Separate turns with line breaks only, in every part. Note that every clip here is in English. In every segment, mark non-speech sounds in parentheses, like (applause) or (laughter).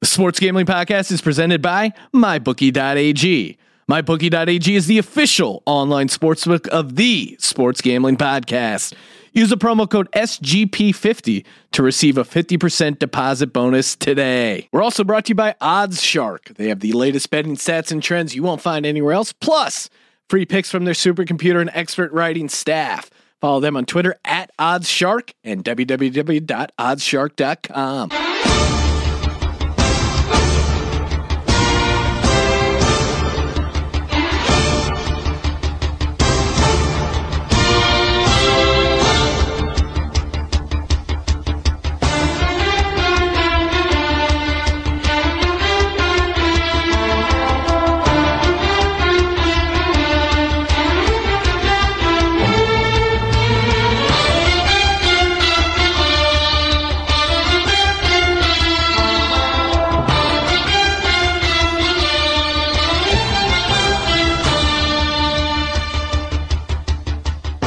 The Sports Gambling Podcast is presented by MyBookie.ag. MyBookie.ag is the official online sportsbook of the Sports Gambling Podcast. Use the promo code SGP50 to receive a 50% deposit bonus today. We're also brought to you by Odds Shark. They have the latest betting stats and trends you won't find anywhere else, plus free picks from their supercomputer and expert writing staff. Follow them on Twitter at Odds Shark and www.oddsshark.com.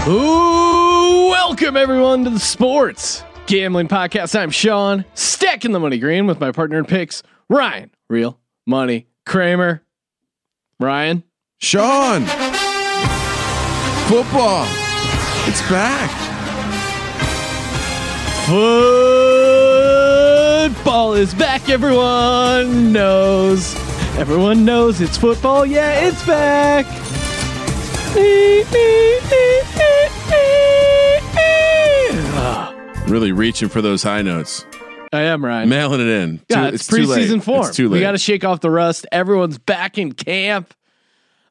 Ooh, welcome everyone to the Sports Gambling Podcast. I'm Sean, stacking the money green with my partner in picks, Ryan, real money Kramer. Ryan,
Sean, football, it's back.
football is back. Everyone knows. Everyone knows it's football. Yeah, it's back.
Really reaching for those high notes,
Ah, I am Ryan.
mailing it in.
Yeah,
Too-
it's,
too late.
preseason form.
It's too late.
We got to shake off the rust. Everyone's back in camp.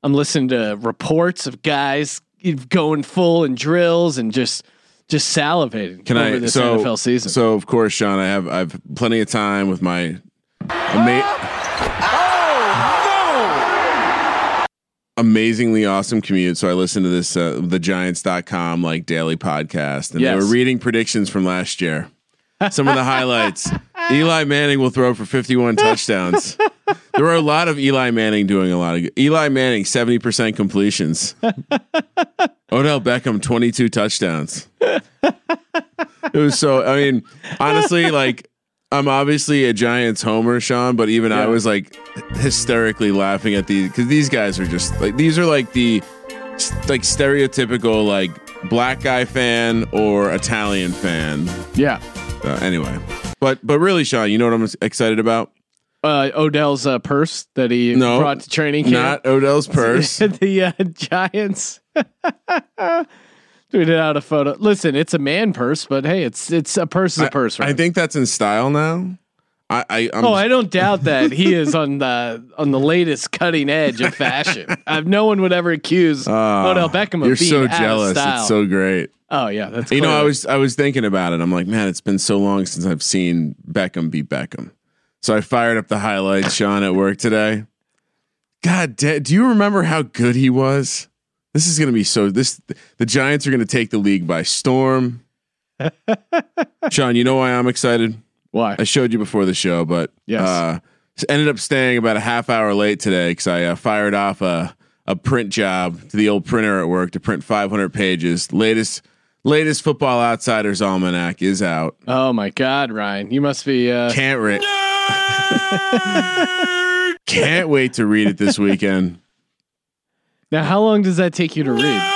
I'm listening to reports of guys going full in drills and just just salivating
Can
over
I?
this
So
NFL season.
So of course, Sean, I have I've plenty of time with my. Ama- Amazingly awesome commute. So I listened to this, uh, the giants.com like daily podcast and
Yes.
they were reading predictions from last year. Some of
(laughs)
the highlights Eli Manning will throw for 51 touchdowns. There were a lot of Eli Manning doing a lot of good. Eli Manning, 70% completions. Odell Beckham, 22 touchdowns. (laughs) It was so, I mean, honestly, like, I'm obviously a Giants homer, Sean, but even I
Yeah.
was like hysterically laughing at these because these guys are just like, these are like the s- like stereotypical like black guy fan or Italian fan.
yeah,
Uh, anyway, but but really, Sean, you know what I'm excited about?
uh, Odell's uh, purse that he
No,
brought to training camp.
Not Odell's
(laughs)
purse.
the uh, Giants (laughs) tweeted out a photo. Listen, it's a man purse, but hey, it's it's a purse is a purse, right?
I think that's in style now. I, I I'm,
Oh, I don't doubt that he is on the on the latest cutting edge of fashion. I've, no one would ever accuse
Ah,
Odell Beckham of
You're
being
so
out
jealous.
Of style.
It's so great.
oh yeah, that's
You know, I
clear.
was I was thinking about it. I'm like, man, it's been so long since I've seen Beckham beat Beckham. So I fired up the highlights, Sean, at work today. God, da- do you remember how good he was? This is going to be so. This the Giants are going to take the league
(laughs)
by storm. Sean, you know why I'm excited?
why
I showed you before the show, but
Yes.
uh, s- ended up staying about a half hour late today because I uh, fired off a a print job to the old printer at work to print 500 pages. Latest latest Football Outsiders almanac is out.
oh my God, Ryan, you must be uh,
Can't re- Can't wait to read it this weekend.
now. How long does that take you to read?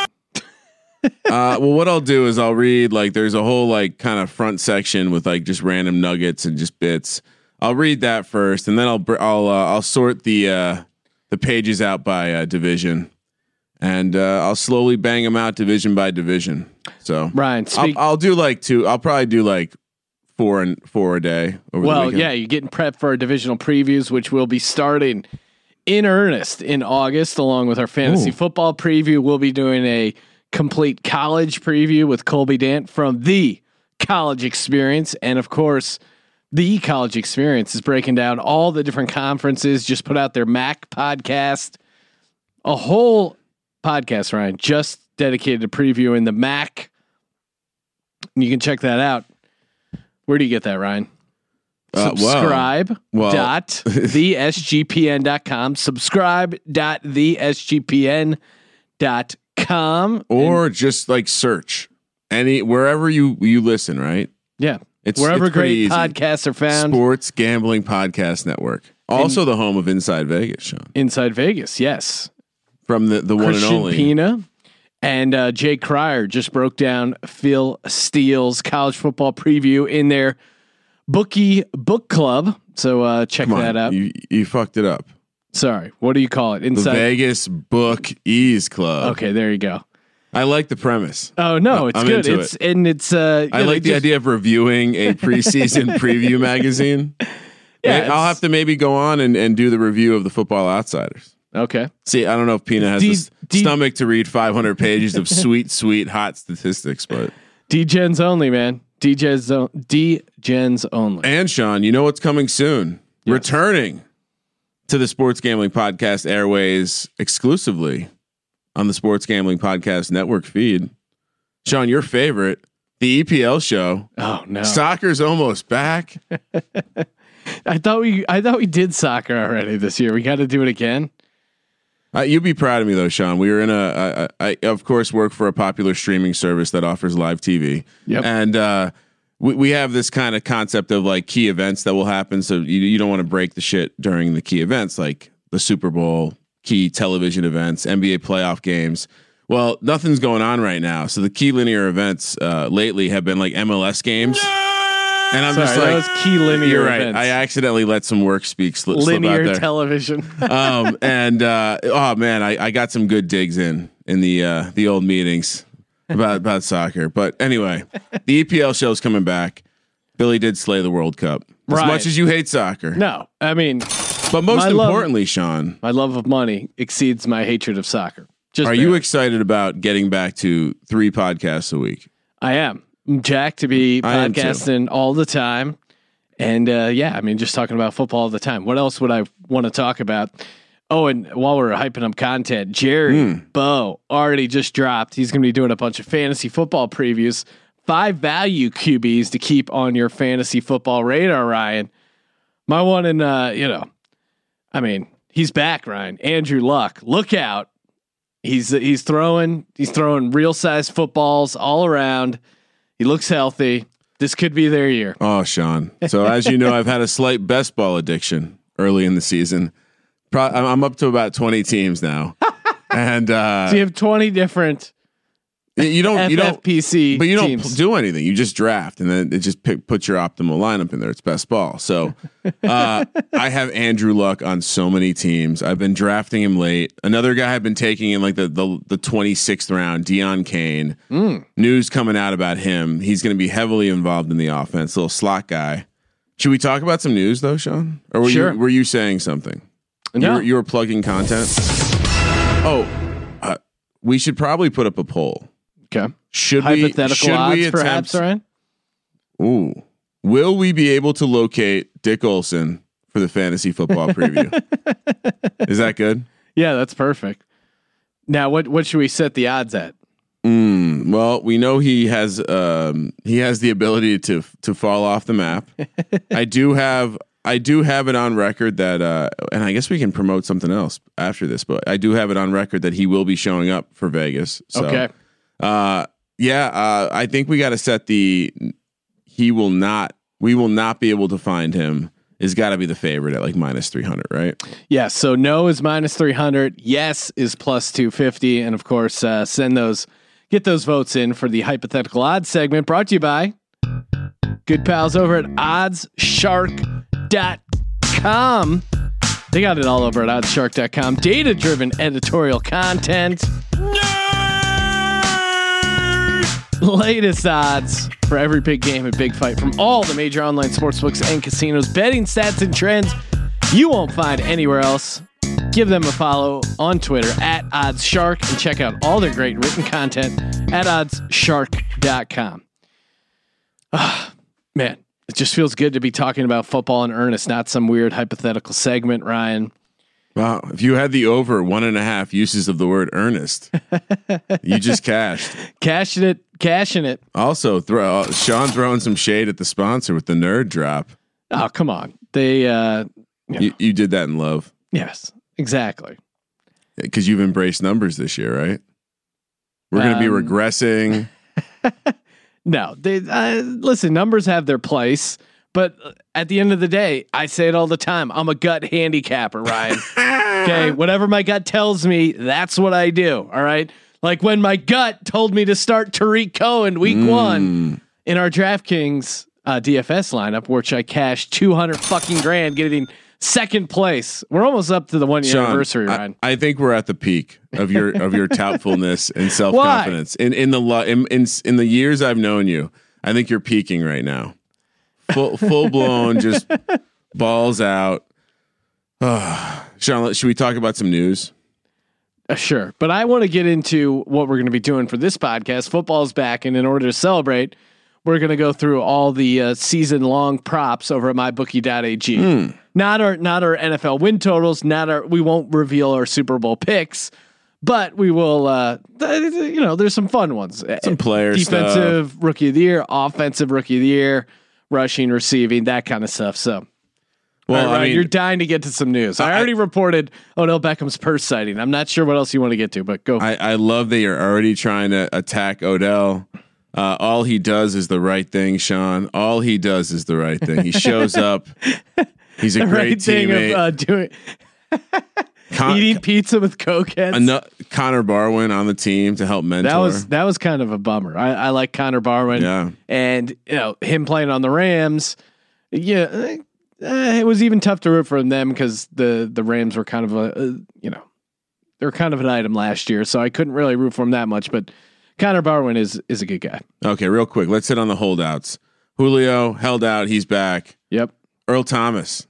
Uh, well, what I'll do is I'll read like there's a whole like kind of front section with like just random nuggets and just bits. I'll read that first, and then I'll br- I'll uh, I'll sort the uh, the pages out by uh, division, and uh, I'll slowly bang them out division by division. So
Ryan, speak.
I'll, I'll do like two. I'll probably do like four and four a day. Over the
well,
weekend.
yeah, you're getting prepped for our divisional previews, which will be starting in earnest in August, along with our fantasy
Ooh.
football preview. We'll be doing a complete college preview with Colby Dant from the college experience. And of course, the college experience is breaking down all the different conferences, just put out their Mac podcast, a whole podcast, Ryan, just dedicated to previewing the Mac. And you can check that out. Where do you get that, Ryan?
Uh, well,
subscribe
well.
dot
(laughs)
thesgpn.com subscribe dot thesgpn.com
or just like search any wherever you you listen, right?
yeah
It's
Wherever
it's
great
pretty easy.
podcasts are found.
Sports Gambling Podcast Network, also the home of Inside Vegas, Sean,
Inside Vegas, yes.
from the the one
Christian
and only.
Pina and uh, Jay Cryer just broke down Phil Steele's college football preview in their bookie book club. So uh, check
Come on,
that out.
you you fucked it up.
Sorry, what do you call it?
The
Inside.
Vegas Book Ease Club.
Okay, there you go.
I like the premise.
Oh no, it's
I'm
good.
into
It's and it's. Uh,
I
yeah,
like
they
the
just-
idea of
(laughs)
reviewing a preseason preview magazine.
Yeah,
May- I'll
it's-
have to maybe go on and, and do the review of the Football Outsiders.
Okay,
See, I don't know if Pina has
D-
the s-
D-
stomach to read 500
(laughs)
pages of sweet, sweet, hot statistics, but
DGens only, man. DGens on- DGens only.
and Sean, you know what's coming soon? Returning to the Sports Gambling Podcast airways exclusively on the Sports Gambling Podcast Network feed. Sean, your favorite, the EPL show.
Oh no,
Soccer's almost back.
I thought we I thought we did soccer already this year. We got to do it again.
Uh, you'd be proud of me though, Sean. We were in a. I, I, I of course work for a popular streaming service that offers live TV.
Yep.
And uh, we we have this kind of concept of like key events that will happen. So you you don't want to break the shit during the key events, like the Super Bowl, key television events, NBA playoff games. Well, nothing's going on right now. So the key linear events uh, lately have been like MLS games. And I'm
Sorry,
just
that
like,
was key linear
you're right.
events.
I accidentally let some work speak slip, slip out
Linear
there
television. (laughs)
um, and uh, oh man, I, I got some good digs in in the uh, the old meetings about about soccer. But anyway, the EPL show's coming back. Billy did slay the World Cup. As
Right.
much as you hate soccer,
no, I mean
but most
My love-
importantly, Sean,
my love of money exceeds my hatred of soccer. Just
are you
barely.
excited about getting back to three podcasts a week?
I am Jack to be
I am too.
podcasting all the time, and uh, yeah, I mean just talking about football all the time. What else would I want to talk about? Oh, and while we're hyping up content, Jerry
Hmm.
Bo already just dropped. He's going to be doing a bunch of fantasy football previews. Five value QBs to keep on your fantasy football radar, Ryan. My one in, uh, you know, I mean, he's back, Ryan. Andrew Luck, look out. He's he's throwing he's throwing real size footballs all around. He looks healthy. This could be their year.
Oh, Sean. So as you know, I've had a slight best ball addiction early in the season. Pro- I'm I'm up to about 20
(laughs)
teams now, and uh,
So you have twenty different
you don't you don't
FFPC
but you don't
teams.
do anything. You just draft, and then it just pick, puts your optimal lineup in there. It's best ball.
(laughs)
So uh, I have Andrew Luck on so many teams. I've been drafting him late. Another guy I've been taking in like the the, the 26th round, Dion Kane.
Hmm.
News coming out about him. He's going to be heavily involved in the offense. Little slot guy. Should we talk about some news though, Sean? Or were
Sure.
you were you saying something? You,
No.
were, you were plugging content. Oh, uh, we should probably put up a poll.
okay.
Should we,
hypothetical
should
odds,
we attempt,
perhaps, Ryan.
Ooh. Will we be able to locate Dick Olson for the fantasy football
(laughs)
preview? Is that good?
Yeah, that's perfect. Now, what what should we set the odds at?
Mm, well, we know he has um, he has the ability to to fall off the
(laughs)
map. I do have I do have it on record that uh, and I guess we can promote something else after this, but I do have it on record that he will be showing up for Vegas. So,
Okay.
Uh, yeah, uh, I think we got to set the. He will not. We will not be able to find him. Is got to be the favorite at like minus three hundred, right?
Yeah. So no is minus three hundred. Yes is plus two fifty, and of course, uh, send those get those votes in for the hypothetical odds segment brought to you by good pals over at oddsshark.com. They got it all over at oddsshark.com. Data driven editorial content. Latest odds for every big game and big fight from all the major online sportsbooks and casinos, betting stats and trends you won't find anywhere else. Give them a follow on Twitter at OddsShark and check out all their great written content at oddsshark.com. Ah, man, it just feels good to be talking about football in earnest, not some weird hypothetical segment, Ryan.
Wow! If you had the over one and a half uses of the word earnest, you just cashed.
Cashing it, cashing it.
Also, throw Sean throwing some shade at the sponsor with the nerd drop.
Oh, come on. They, uh,
You, you did that in love
yes, exactly.
because you've embraced numbers this year, right? We're going to be
Um,
regressing.
No, they uh, listen. Numbers have their place, but at the end of the day, I say it all the time. I'm a gut handicapper,
(laughs)
Ryan. okay, whatever my gut tells me, that's what I do. All right, like when my gut told me to start Tariq Cohen week
Hmm.
one in our DraftKings uh, DFS lineup, which I cashed 200 fucking grand, getting second place. We're almost up to the one year
Sean,
anniversary,
I-
Ryan.
I, think we're at the peak of your
(laughs)
of your doubtfulness and self confidence in in the lo- in, in in the years I've known you. I think you're peaking right now,
(laughs)
full full blown, just balls out. (sighs) Ah. Sean, let- should we talk about some news?
Uh, Sure. But I want to get into what we're going to be doing for this podcast. Football's back. And in order to celebrate, we're going to go through all the uh, season long props over at mybookie.ag.
Hmm.
Not our not our NFL win totals, not our we won't reveal our Super Bowl picks, but we will uh th- th- you know, there's some fun ones. Eh,
Some player stuff.
defensive rookie of the year, offensive rookie of the year, rushing, receiving, that kind of stuff. So
Well,
all right,
I mean,
you're dying to get to some news. I,
I-
already reported Odell Beckham's purse sighting. I'm not sure what else you want to get to, but go.
I, I love that you're already trying to attack Odell. Uh, all he does is the right thing, Sean. All he does is the right thing. He shows up.
(laughs)
He's a
the
great
right (laughs) thing
teammate. Uh,
of uh, doing
Con-
eating pizza with cokeheads.
ano- Connor Barwin on the team to help mentor.
that was that was kind of a bummer. I, I like Connor Barwin,
Yeah.
and you know him playing on the Rams. Yeah, eh, eh, it was even tough to root for them because the the Rams were kind of a uh, you know they were kind of an item last year, so I couldn't really root for him that much. But Connor Barwin is is a good guy.
okay, real quick, let's hit on the holdouts. Julio held out. He's back.
Yep.
Earl Thomas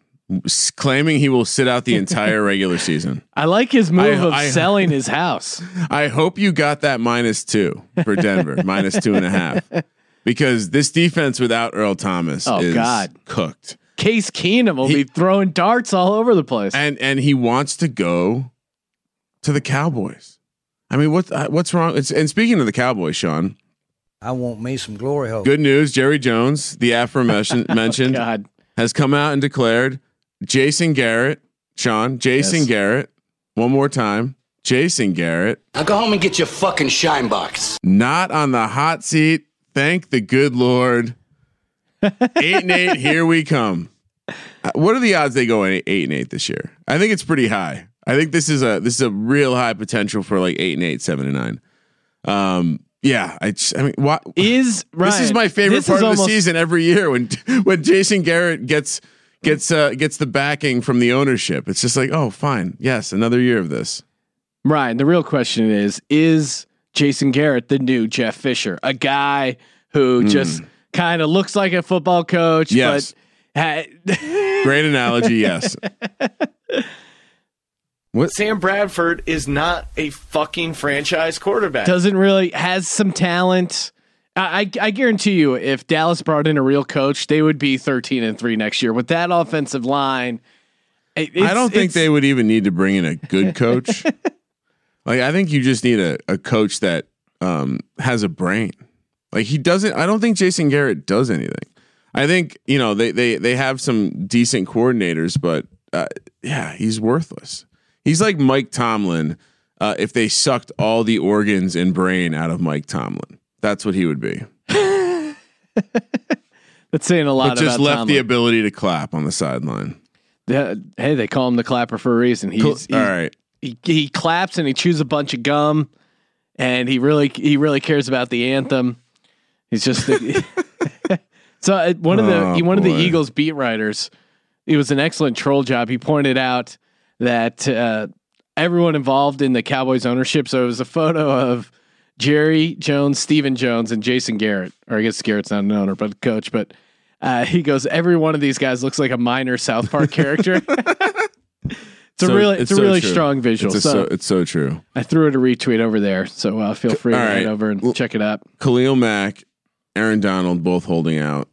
s- claiming he will sit out
(laughs)
the entire regular season.
I like his move
I-
of
I-
selling his house.
I hope you got that minus two for Denver,
(laughs)
minus two and a half, because this defense without Earl Thomas
Oh,
is
God.
cooked,
Case Keenum will be
He-
throwing darts all over the place.
and and he wants to go to the Cowboys. I mean, what uh, what's wrong? It's, and speaking of the Cowboys, Sean,
I want me some glory hole.
good news: Jerry Jones,
(laughs)
the aforementioned mentioned,
Oh, God,
has come out and declared Jason Garrett, Sean, Jason
Yes.
Garrett, one more time, Jason Garrett,
Now go home and get your fucking shine box.
not on the hot seat. Thank the good Lord. eight and eight, here we come. Uh, What are the odds they go eight eight and eight this year? I think it's pretty high. I think this is a this is a real high potential for like eight and eight, seven and nine. Um, yeah, I just, I mean, why,
is Ryan,
this is my favorite
this
part
is
of
almost-
the season every year when (laughs) when Jason Garrett gets gets uh, gets the backing from the ownership. It's just like, oh, fine, yes, another year of this.
Ryan, the real question is: Is Jason Garrett the new Jeff Fisher, a guy who just kind of looks like a football coach,
Hmm. Yes.
but ha- (laughs)
Great analogy, yes.
Sam Bradford is not a fucking franchise quarterback.
doesn't really has some talent? I, I I guarantee you, if Dallas brought in a real coach, they would be thirteen and three next year with that offensive line. it-
I
it's-
don't think
it's-
they would even need to bring in a
(laughs)
good coach. like, I think you just need a, a coach that um, has a brain. Like he doesn't. I don't think Jason Garrett does anything. I think you know they they they have some decent coordinators, but uh, yeah, he's worthless. He's like Mike Tomlin. Uh, if they sucked all the organs and brain out of Mike Tomlin, that's what he would be.
That's saying a lot.
But just
about
left
Tomlin.
the ability to clap on the sideline.
Yeah, hey, they call him the clapper for a reason. He's,
Cool.
he's-
all right.
he, he claps and he chews a bunch of gum, and he really he really cares about the anthem. He's just the, (laughs) so uh, one of the
Oh,
he- one of
boy.
the Eagles beat writers. It was an excellent troll job. He pointed out that uh, everyone involved in the Cowboys ownership. So it was a photo of Jerry Jones, Stephen Jones, and Jason Garrett. Or I guess Garrett's not an owner, but a coach. But uh, he goes, every one of these guys looks like a minor South Park character. (laughs) it's a
So-
really it's, a
so
really
true.
strong visual.
It's, a
so
so, it's so true.
I threw it a retweet over there. So uh, feel free to
All right.
head over and
Well-
check it out.
Khalil Mack, Aaron Donald, both holding out.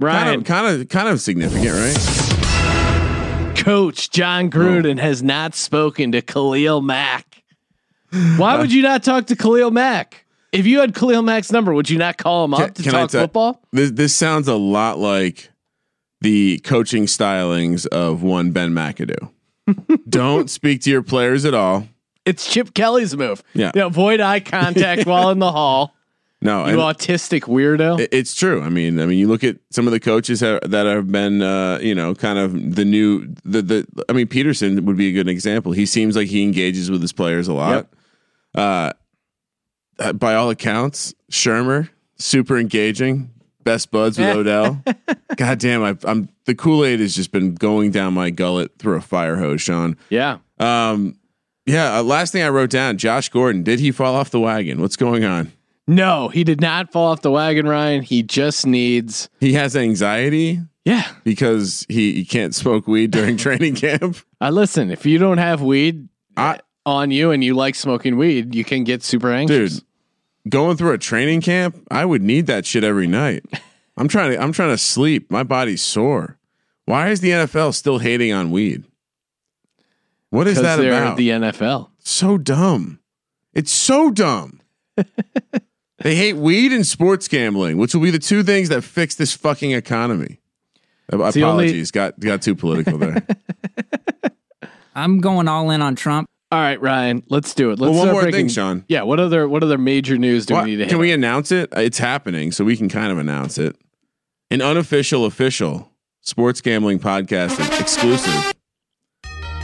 Kind
Ryan,
of, kind of, kind of significant, right?
Coach John Gruden
Oh.
has not spoken to Khalil
(laughs)
Mack. Why would you not talk to Khalil Mack? If you had Khalil Mack's number, would you not call him up
Can-
to
can I
talk
tell-
football?
This this sounds a lot like the coaching stylings of one Ben McAdoo. (laughs) Don't speak to your players at all.
It's Chip Kelly's move.
Yeah. (laughs)
You know, avoid eye contact while in the hall.
No,
You
and-
autistic weirdo.
It- It's true. I mean, I mean, you look at some of the coaches ha- that have been, uh, you know, kind of the new. The the I mean, Peterson would be a good example. He seems like he engages with his players a lot. Uh, uh, by all accounts, Shermer super engaging, best buds with Odell. God damn, I, I'm the Kool Aid has just been going down my gullet through a fire hose, Sean.
yeah.
Um, yeah. Uh, last thing I wrote down: Josh Gordon. Did he fall off the wagon? What's going on?
No, he did not fall off the wagon, Ryan. He just needs.
He has anxiety.
Yeah.
because he, he can't smoke
(laughs)
weed during training camp.
I Uh, listen. If you don't have weed
I,
on you and you like smoking weed, you can get super anxious.
dude, going through a training camp, I would need that shit every night. I'm trying to I'm trying to sleep. My body's sore. Why is the NFL still hating on weed? What is
because
that
they're
about?
the NFL.
so dumb. It's
(laughs)
so dumb. they hate weed and sports gambling, which will be the two things that fix this fucking economy.
the only-
Apologies, got got too political
(laughs)
there.
I'm going all in on Trump.
All right, Ryan, let's do it. Let's
Well, one
start
more thing,
breaking-
Sean.
Yeah, what other what other major news do
What-
we need to hit?
can we
on?
announce it? Uh, It's happening, so we can kind of announce it. An unofficial, official sports gambling podcast exclusive.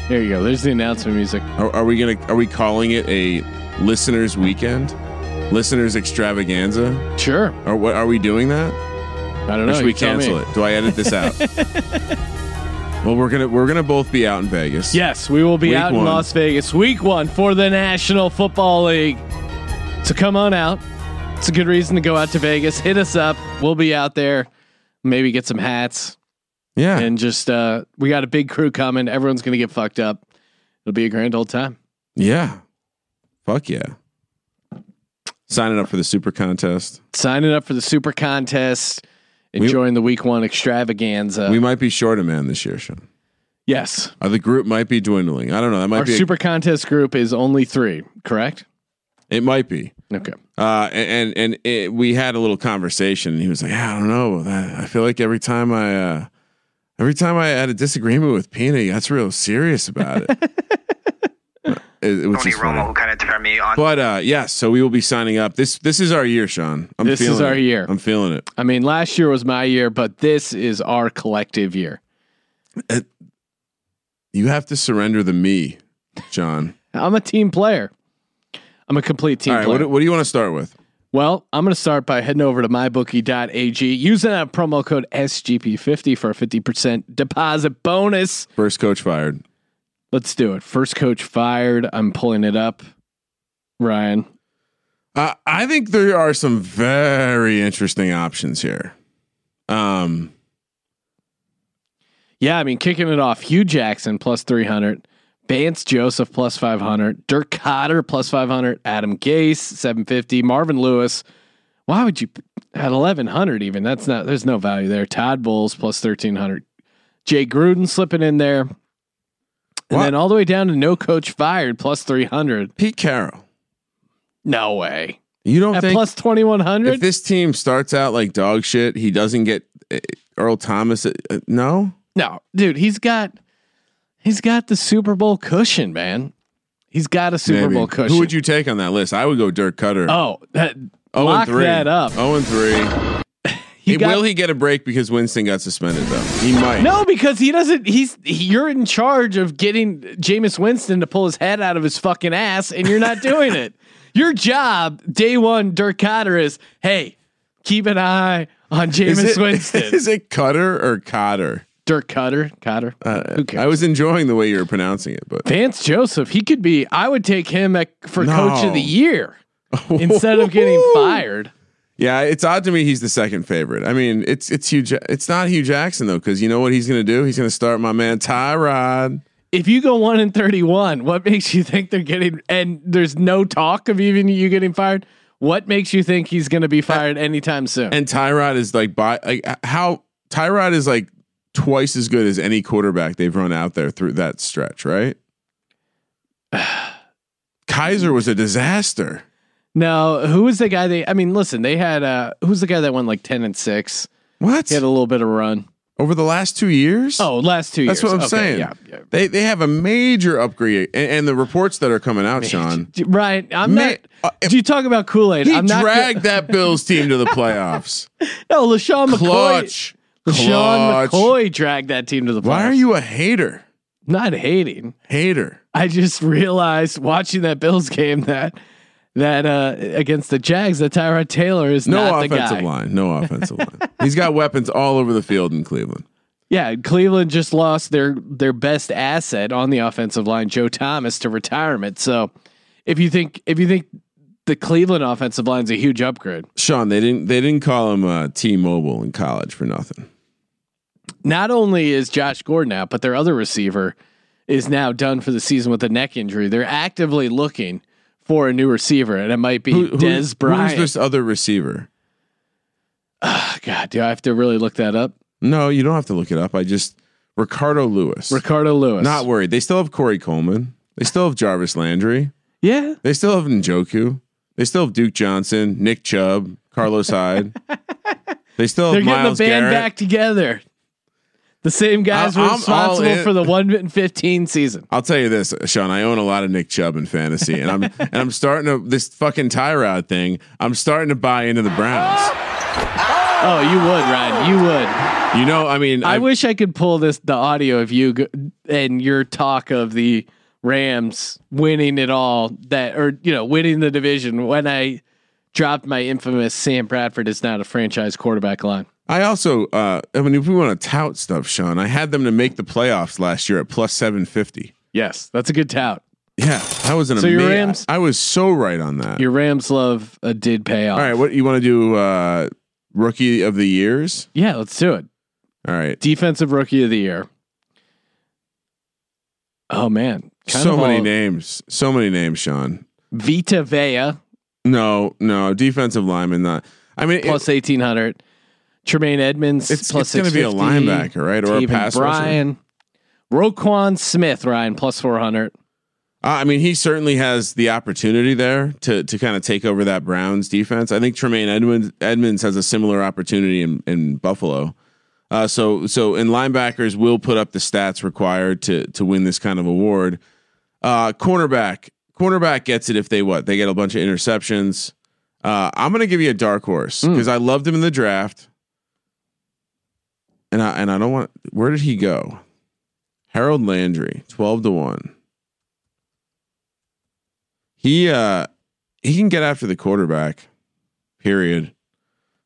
There you go. There's the announcement music.
Are, are we gonna? Are we calling it a listeners' weekend, listeners' extravaganza?
Sure.
Or what? Are we doing that?
I don't
Or
know.
should
you
we
tell me.
cancel it? Do I edit
(laughs)
this out? well, we're gonna we're gonna both be out in Vegas.
Yes, we will be
Week
out in
one.
Las Vegas week one for the National Football League. So come on out. It's a good reason to go out to Vegas. Hit us up. We'll be out there. Maybe get some hats
Yeah.
and just uh we got a big crew coming. Everyone's gonna get fucked up. It'll be a grand old time.
yeah. Fuck yeah. Signing up for the super contest.
Signing up for the super contest, enjoying the week one extravaganza.
We might be short a man this year, Sean.
yes.
Uh, the group might be dwindling. I don't know. That might
Our
be.
super contest group is only three, correct?
it might be.
Okay.
Uh, and and, and it, we had a little conversation. And he was like, "Yeah, I don't know. That- I feel like every time I, uh, every time I had a disagreement with Pina, he gets real serious about
(laughs)
it." Uh, It- which
Tony
is funny.
Romo who kind of turned me on.
But uh, yeah, so we will be signing up. This this is our year, Sean. I'm
This is
feeling
our
it.
year.
I'm feeling it.
I mean, last year was my year, but this is our collective year.
You have to surrender the me, John.
I'm a team player. I'm a complete team
All right,
player.
what, do- what do you want to start with?
well, I'm going to start by heading over to mybookie.ag using that promo code SGP50 for a 50% deposit bonus.
First coach fired.
Let's do it. First coach fired. I'm pulling it up. Ryan.
Uh, I think there are some very interesting options here. Um,
Yeah, I mean, kicking it off. Hugh Jackson plus 300. Vance Joseph plus 500. Dirk Cotter plus 500. Adam Gase 750. Marvin Lewis. Why would you at 1100 even? That's not, there's no value there. Todd Bowles plus 1300. Jay Gruden slipping in there. And
What?
then all the way down to no coach fired plus 300.
Pete Carroll.
No way.
You don't
At
think
plus
if
2100?
this team starts out like dog shit, he doesn't get uh, Earl Thomas? Uh, uh, no,
No, dude, he's got, he's got the Super Bowl cushion, man. He's got a Super
Maybe.
Bowl cushion.
Who would you take on that list? I would go Dirk Cutter.
Oh, that,
Oh,
lock that up.
Oh and three.
He
He-
got-
will he get a break because Winston got suspended though? He might.
No, because he doesn't. He's he- you're in charge of getting Jameis Winston to pull his head out of his fucking ass, and you're not doing
(laughs)
it. Your job, day one, Dirk Cotter is hey, keep an eye on
Is
Jameis
it,
Winston.
(laughs) is it Cutter or Cotter?
Dirk Cotter, Cotter. Who cares?
Uh, I was enjoying the way you were pronouncing it, but
Vance Joseph, he could be. I would take him at, for
No.
coach of the year instead of
(laughs)
getting fired.
Yeah, it's odd to me. He's the second favorite. I mean, it's it's Hugh. Ja- It's not Hugh Jackson though, because you know what he's going to do? He's going to start my man Tyrod.
If you go one and thirty-one, what makes you think they're getting? And there's no talk of even you getting fired. What makes you think he's going to be fired anytime soon?
And Tyrod is like by like h- how Tyrod is like twice as good as any quarterback they've run out there through that stretch, right? (sighs) Kaiser was a disaster.
No, who was the guy? They, I mean, listen, they had uh, who's the guy that went like ten and six?
What?
He had a little bit of run.
over the last two years.
Oh, last two
that's
years.
what I'm
Okay,
saying.
Yeah, yeah.
They they have a major upgrade, and, and the reports that are coming out, Sean.
D- Right. I'm
Ma- uh,
not. do you talk about Kool Aid?
He
I'm not.
dragged that Bills team to the playoffs.
no, LaShawn (laughs) McCoy.
Clutch.
LaShawn
Clutch.
McCoy dragged that team to the playoffs.
Why are you a hater?
not hating?
Hater.
I just realized watching that Bills game that that uh against the Jags that Tyrod Taylor is
No
not the
offensive
guy.
line. No
(laughs)
offensive line. He's got weapons all over the field in Cleveland.
Yeah, Cleveland just lost their their best asset on the offensive line, Joe Thomas, to retirement. So if you think if you think the Cleveland offensive line's a huge upgrade,
Sean, they didn't they didn't call him uh, T-Mobile in college for nothing.
not only is Josh Gordon out, but their other receiver is now done for the season with a neck injury. They're actively looking for a new receiver, and it might be Des Bryant. Oh,
Who's this other receiver?
God, do I have to really look that up?
No, you don't have to look it up. I just Ricardo Lewis.
Ricardo Lewis.
Not worried. They still have Corey Coleman. They still have Jarvis Landry.
yeah.
They still have Njoku. They still have Duke Johnson, Nick Chubb, Carlos
(laughs)
Hyde. they still
They're
have
getting
Miles
the band
Garrett.
back together. The same guys
I-
were
I'm all
responsible
in.
for the one and fifteen season.
I'll tell you this, Sean. I own a lot of Nick Chubb in
(laughs)
fantasy, and I'm and I'm starting to this fucking Tyrod thing. I'm starting to buy into the Browns.
Oh, you would, Ryan. You would.
You know, I mean,
I
I've-
wish I could pull this the audio of you go, and your talk of the Rams winning it all that or you know winning the division when I dropped my infamous Sam Bradford is not a franchise quarterback line.
I also, uh, I mean, if we want to tout stuff, Sean, I had them to make the playoffs last year at plus seven fifty.
Yes, that's a good tout.
Yeah, that was an
So your
ama-
Rams-
I was so right on that.
Your Rams love uh, did pay off.
All right, what you want to do? Uh, rookie of the years.
Yeah, let's do it.
All right,
Defensive rookie of the year. Oh man, Kind
so
of
many
all-
names, so many names, Sean.
Vita Vea
No, no, defensive lineman. Not. I mean, it-
plus eighteen hundred. Tremaine Edmonds
it's,
plus
it's going to be a
650.
linebacker, right, or a
Taven
pass rusher.
Bryan, Roquan Smith, Ryan plus four hundred.
Uh, I mean, he certainly has the opportunity there to to kind of take over that Browns defense. I think Tremaine Edmonds Edmonds has a similar opportunity in, in Buffalo. Uh, so so in linebackers will put up the stats required to to win this kind of award. Uh, cornerback cornerback gets it if they what they get a bunch of interceptions. Uh, I'm gonna give you a dark horse because I loved him in the draft, and I and I don't want where did he go? Harold Landry, twelve to one. He uh he can get after the quarterback. Period.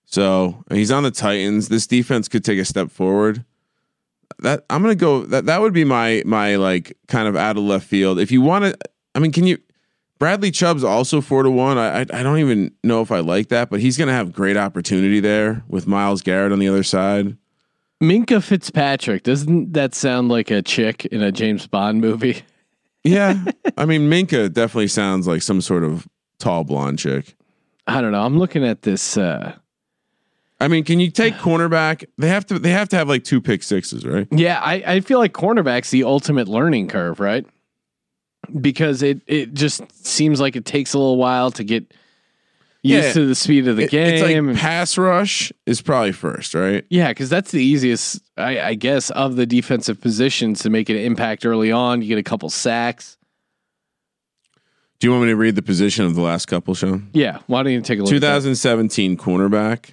So he's on the Titans. This defense could take a step forward. That I'm gonna go. That that would be my my like kind of out of left field. If you want to, I mean, can you? Bradley Chubb's also four to one. I I I don't even know if I like that, but he's gonna have great opportunity there with Miles Garrett on the other side.
Minka Fitzpatrick. Doesn't that sound like a chick in a James Bond movie? (laughs)
Yeah, I mean Minka definitely sounds like some sort of tall blonde chick.
I don't know. I'm looking at this. Uh,
I mean, can you take cornerback? They have to. They have to have like two pick sixes, right?
yeah, I, I feel like cornerback's the ultimate learning curve, right? Because it it just seems like it takes a little while to get used
Yeah.
to the speed of the
It-
game.
It's like
and-
pass rush is probably first, right?
Yeah, because that's the easiest, I, I guess, of the defensive positions to make an impact early on. You get a couple sacks.
Do you want me to read the position of the last couple, Sean?
Yeah, why don't you take a look? at that?
2017 cornerback,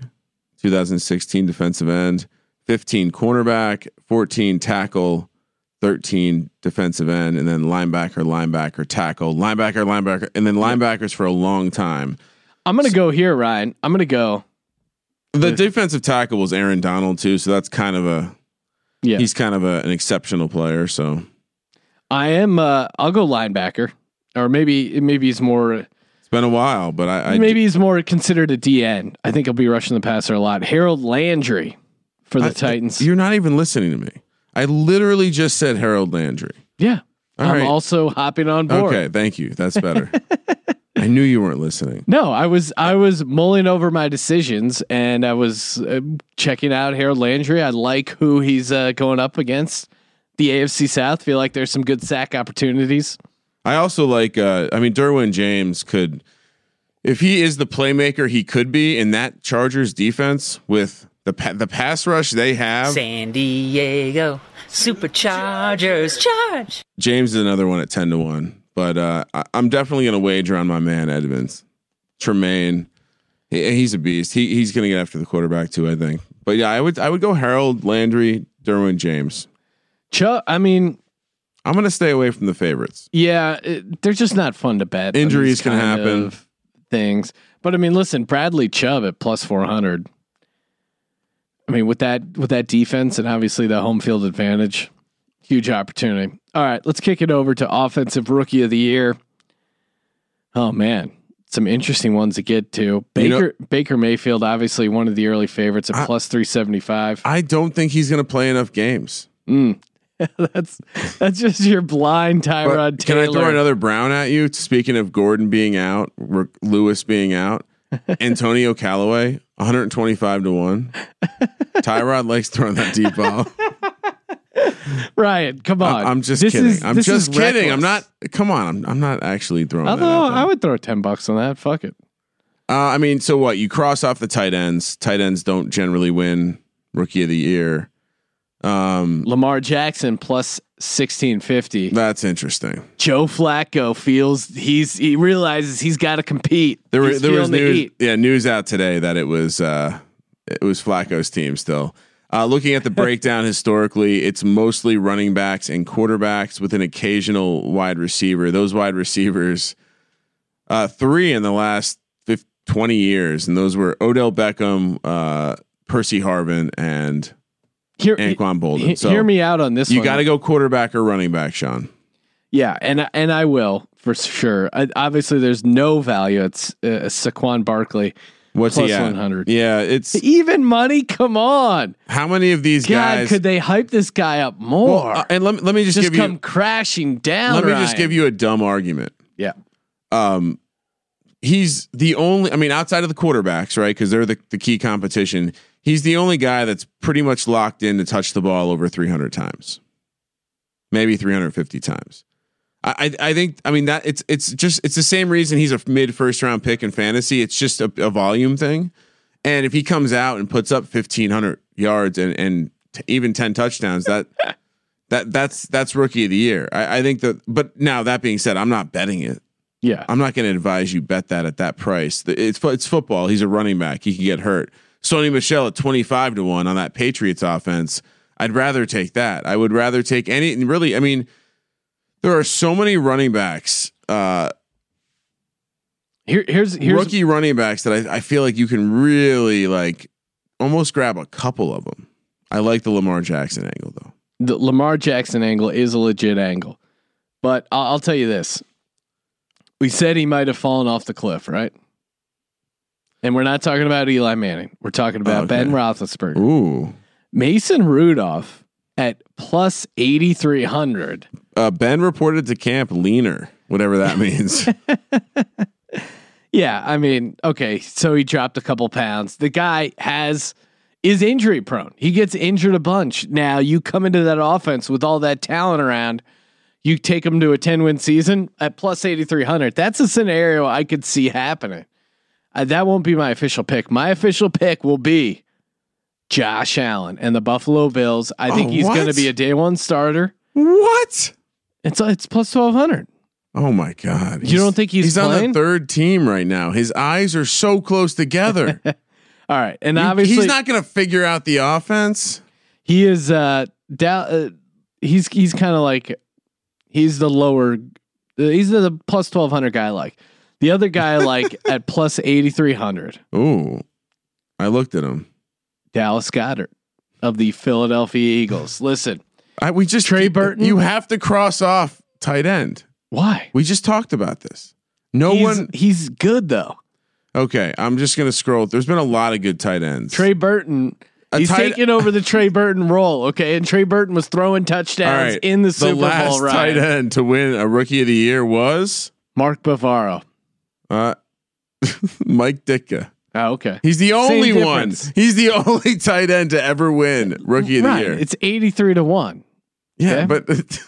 2016 defensive end, 15 cornerback, 14 tackle, 13 defensive end, and then linebacker, linebacker, tackle, linebacker, linebacker, and then linebackers for a long time.
I'm gonna go here, Ryan. I'm gonna go.
The defensive tackle was Aaron Donald too, so that's kind of a
Yeah,
he's kind of a, an exceptional player. So
I am. Uh, I'll go linebacker, or maybe maybe he's more.
it's been a while, but I, I
maybe he's more considered a DN. I think he'll be rushing the passer a lot. Harold Landry for the
I-
Titans.
You're not even listening to me. I literally just said Harold Landry.
yeah,
All
I'm
right.
also hopping on board.
Okay, thank you. That's better. I knew you weren't listening.
No, I was I was mulling over my decisions and I was uh, checking out Harold Landry. I like who he's uh, going up against. The AFC South feel like there's some good sack opportunities.
I also like. Uh, I mean, Derwin James could, if he is the playmaker he could be in that Chargers defense with The pa- the pass rush they have.
San Diego Superchargers charge.
James is another one at ten to one, but uh, I, I'm definitely going to wager on my man Edmonds, Tremaine. He, he's a beast. He he's going to get after the quarterback too, I think. But yeah, I would I would go Harold Landry, Derwin James.
Chuck, I mean,
I'm going to stay away from the favorites.
yeah, it, they're just not fun to bet. on
Injuries
these
can
kind
happen.
of Things, but I mean, listen, Bradley Chubb at plus four hundred. I mean, with that with that defense and obviously the home field advantage, huge opportunity. All right, let's kick it over to offensive rookie of the year. Oh man, some interesting ones to get to. Baker
You know-
Baker Mayfield, obviously one of the early favorites at
I-
plus three seventy five.
I don't think he's going to play enough games.
(laughs) that's that's just your blind
But
Tyrod
can
Taylor.
I throw another Brown at you? Speaking of Gordon being out, R- Lewis being out, Antonio Callaway, 125 to 1. Tyrod likes throwing that deep ball.
Ryan, come on.
I'm, I'm just
This
kidding.
is-
I'm
this
just
is
kidding. I'm not,
reckless.
come on. I'm, I'm not actually throwing that
Although
at them.
I would throw ten bucks on that. Fuck it.
Uh, I mean, so what? You cross off the tight ends. Tight ends don't generally win rookie of the year. Um,
Lamar Jackson plus sixteen fifty.
that's interesting.
Joe Flacco feels he's he realizes he's got to compete.
There, were,
He's
there was
feeling the
news,
heat.
yeah, news out today that it was uh, it was Flacco's team still. Uh, looking
(laughs)
at the breakdown historically, it's mostly running backs and quarterbacks with an occasional wide receiver. Those wide receivers, uh, three in the last 50, 20 years, and those were Odell Beckham, uh, Percy Harvin, and
Hear,
Anquan
he-
Bolden. So
hear me out on this.
You
one.
got to go quarterback or running back, Sean.
Yeah, and I- and I will for sure. I, obviously, there's no value. It's uh, Saquon Barkley.
What's
Plus
he at?
100.
Yeah, it's
Even money, come on,
how many of these
God,
guys?
could they hype this guy up more?
Well, uh, and let, me- let me just,
just
give
come
you
crashing down.
let me just
Ryan.
give you a dumb argument.
Yeah.
Um, he's the only. I mean, outside of the quarterbacks, right? Because they're the, the key competition. He's the only guy that's pretty much locked in to touch the ball over 300 times, maybe 350 times. I, I I think I mean that it's it's just it's the same reason he's a mid first round pick in fantasy. It's just a, a volume thing. And if he comes out and puts up 1500 yards and and t- even 10 touchdowns, that that that's that's rookie of the year. I, I think that. But now that being said, I'm not betting it.
Yeah.
I'm not going to advise you bet that at that price. The- It's fu- it's football. He's a running back. He can get hurt. Sony Michelle at 25 to 1 on that Patriots offense. I'd rather take that. I would rather take any and really I mean there are so many running backs uh
Here, here's here's
rookie running backs that I, I feel like you can really like almost grab a couple of them. I like the Lamar Jackson angle though.
the Lamar Jackson angle is a legit angle, but I'll, I'll tell you this: we said he might have fallen off the cliff, right? And we're not talking about Eli Manning. We're talking about
Okay.
Ben Roethlisberger.
Ooh.
Mason Rudolph at plus eighty three hundred.
Uh, ben reported to camp leaner, whatever that (laughs) means.
Yeah, I mean, okay, so he dropped a couple pounds. The guy has is injury prone. He gets injured a bunch. Now you come into that offense with all that talent around. You take him to a 10 win season at plus 8,300. That's a scenario I could see happening. Uh, that won't be my official pick. My official pick will be Josh Allen and the Buffalo Bills. I think
Oh,
he's going to
what?
be a day one starter.
what?
It's it's plus 1,200.
Oh my God!
You don't think he's
on
playing?
the third team right now? His eyes are so
(laughs)
close together.
All right. And
You-
obviously,
he's not going to figure out the offense.
he is uh down uh, he's he's kind of like he's the lower uh, he's the plus 1200 guy I like the other guy I
(laughs)
like at plus 8300
Ooh, I looked at him.
dallas goddard of the philadelphia eagles listen
I, we just
Trey Burton?
You have to cross off tight end.
why
We just talked about this. No
he's,
one.
he's good though
Okay, I'm just going to scroll. There's been a lot of good tight ends.
trey burton
A
He's
tight-
taking over the Trey Burton role, okay? And Trey Burton was throwing
All
touchdowns
right,
in the Super
last
Bowl, right?
tight end to win a Rookie of the Year was
Mark Bavaro.
uh, (laughs) Mike Ditka.
Oh, okay.
He's the
Same
only one.
difference.
He's the (laughs) only tight end to ever win Rookie of the
Right.
Year.
It's 83 to 1. okay. (laughs)
yeah, but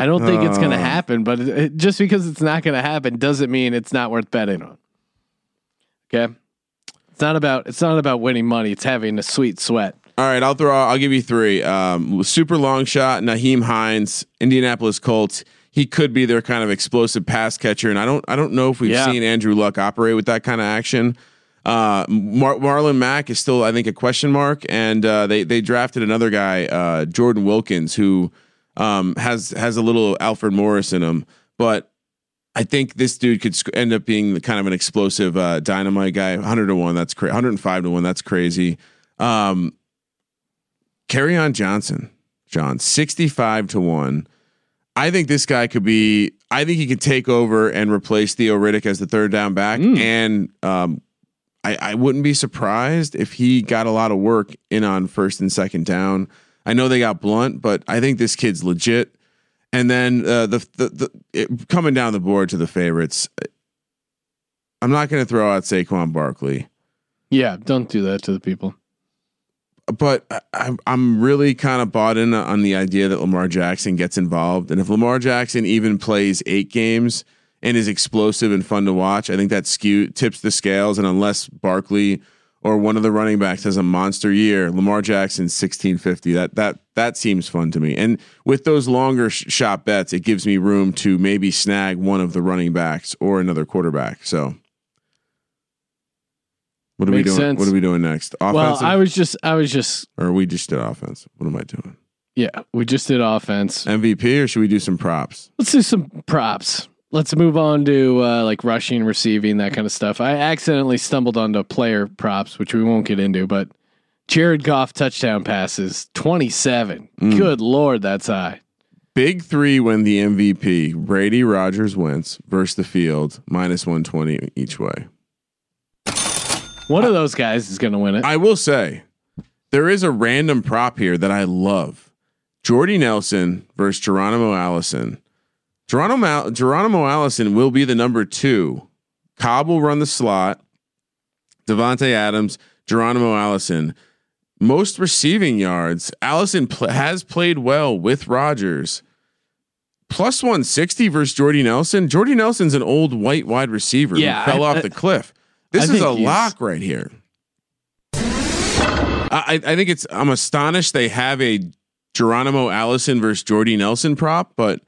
I don't think it's going to
Uh.
happen, but it, it- just because it's not going to happen doesn't mean it's not worth betting on. Okay. It's not about it's not about winning money. It's having a sweet sweat.
All right, I'll throw. I'll give you three. Um, super long shot. Naheem Hines, Indianapolis Colts. He could be their kind of explosive pass catcher, and I don't. I don't know if we've
Yeah.
seen Andrew Luck operate with that kind of action. Uh, Mar- Marlon Mack is still, I think, a question mark, and uh, they they drafted another guy, uh, Jordan Wilkins, who um, has has a little Alfred Morris in him, but I think this dude could sc- end up being the kind of an explosive uh, dynamite guy. 100 to 1, that's crazy. 105 to 1, that's crazy. Um, Carry on Johnson, John, 65 to 1. I think this guy could be, I think he could take over and replace Theo Riddick as the third down back. And um, I, I wouldn't be surprised if he got a lot of work in on first and second down. I know they got Blunt, but I think this kid's legit. And then uh, the the, the it, coming down the board to the favorites, I'm not going to throw out Saquon Barkley,
Yeah, don't do that to the people.
but I, I'm- I'm really kind of bought in on the idea that Lamar Jackson gets involved, and if Lamar Jackson even plays eight games and is explosive and fun to watch, I think that skew tips the scales. And unless Barkley or one of the running backs has a monster year, Lamar Jackson 1650. That that that seems fun to me. And with those longer sh- shot bets, it gives me room to maybe snag one of the running backs or another quarterback. So. What are
Makes
we doing?
sense.
What are we doing next?
Well,
Offensive
I was just I was just
or we just did offense. What am I doing?
yeah, we just did offense.
MVP, or should we do some props?
Let's do some props. Let's move on to uh, like rushing, receiving, that kind of stuff. I accidentally stumbled onto player props, which we won't get into, but Jared Goff touchdown passes 27. Good lord, that's high.
Big three win the MVP. Brady, Rogers, Wentz versus the field, minus one twenty each way.
One of those guys is going to win it.
I will say there is a random prop here that I love. Jordy Nelson versus Geronimo Allison. Geronimo, Al- Geronimo Allison will be the number two. Cobb will run the slot. Devontae Adams, Geronimo Allison. Most receiving yards. Allison pl- has played well with Rodgers. Plus 160 versus Jordy Nelson. Jordy Nelson's an old white wide receiver
Yeah,
who fell
I-
off
I-
the cliff. This
I
is
think
a
he's-
lock right here. I, I I think it's I'm astonished they have a Geronimo Allison versus Jordy Nelson prop, but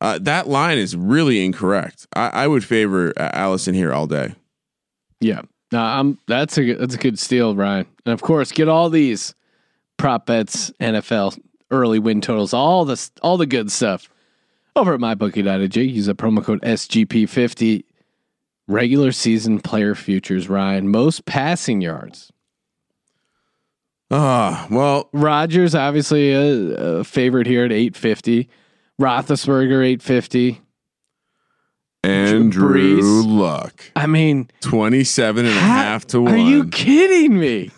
uh, that line is really incorrect. I, I would favor uh, Allison here all day.
yeah. No, I'm that's a good- that's a good steal, Ryan. And of course, get all these prop bets, NFL early win totals, all this all the good stuff over at mybookie.ag. Use the promo code SGP50 regular season player futures, Ryan. Most passing yards.
Ah, well,
Rodgers obviously a, a favorite here at 850. Roethlisberger 850.
Andrew
Brees.
Luck,
I mean,
27 and a
how-
half to one.
Are you
(laughs)
kidding me?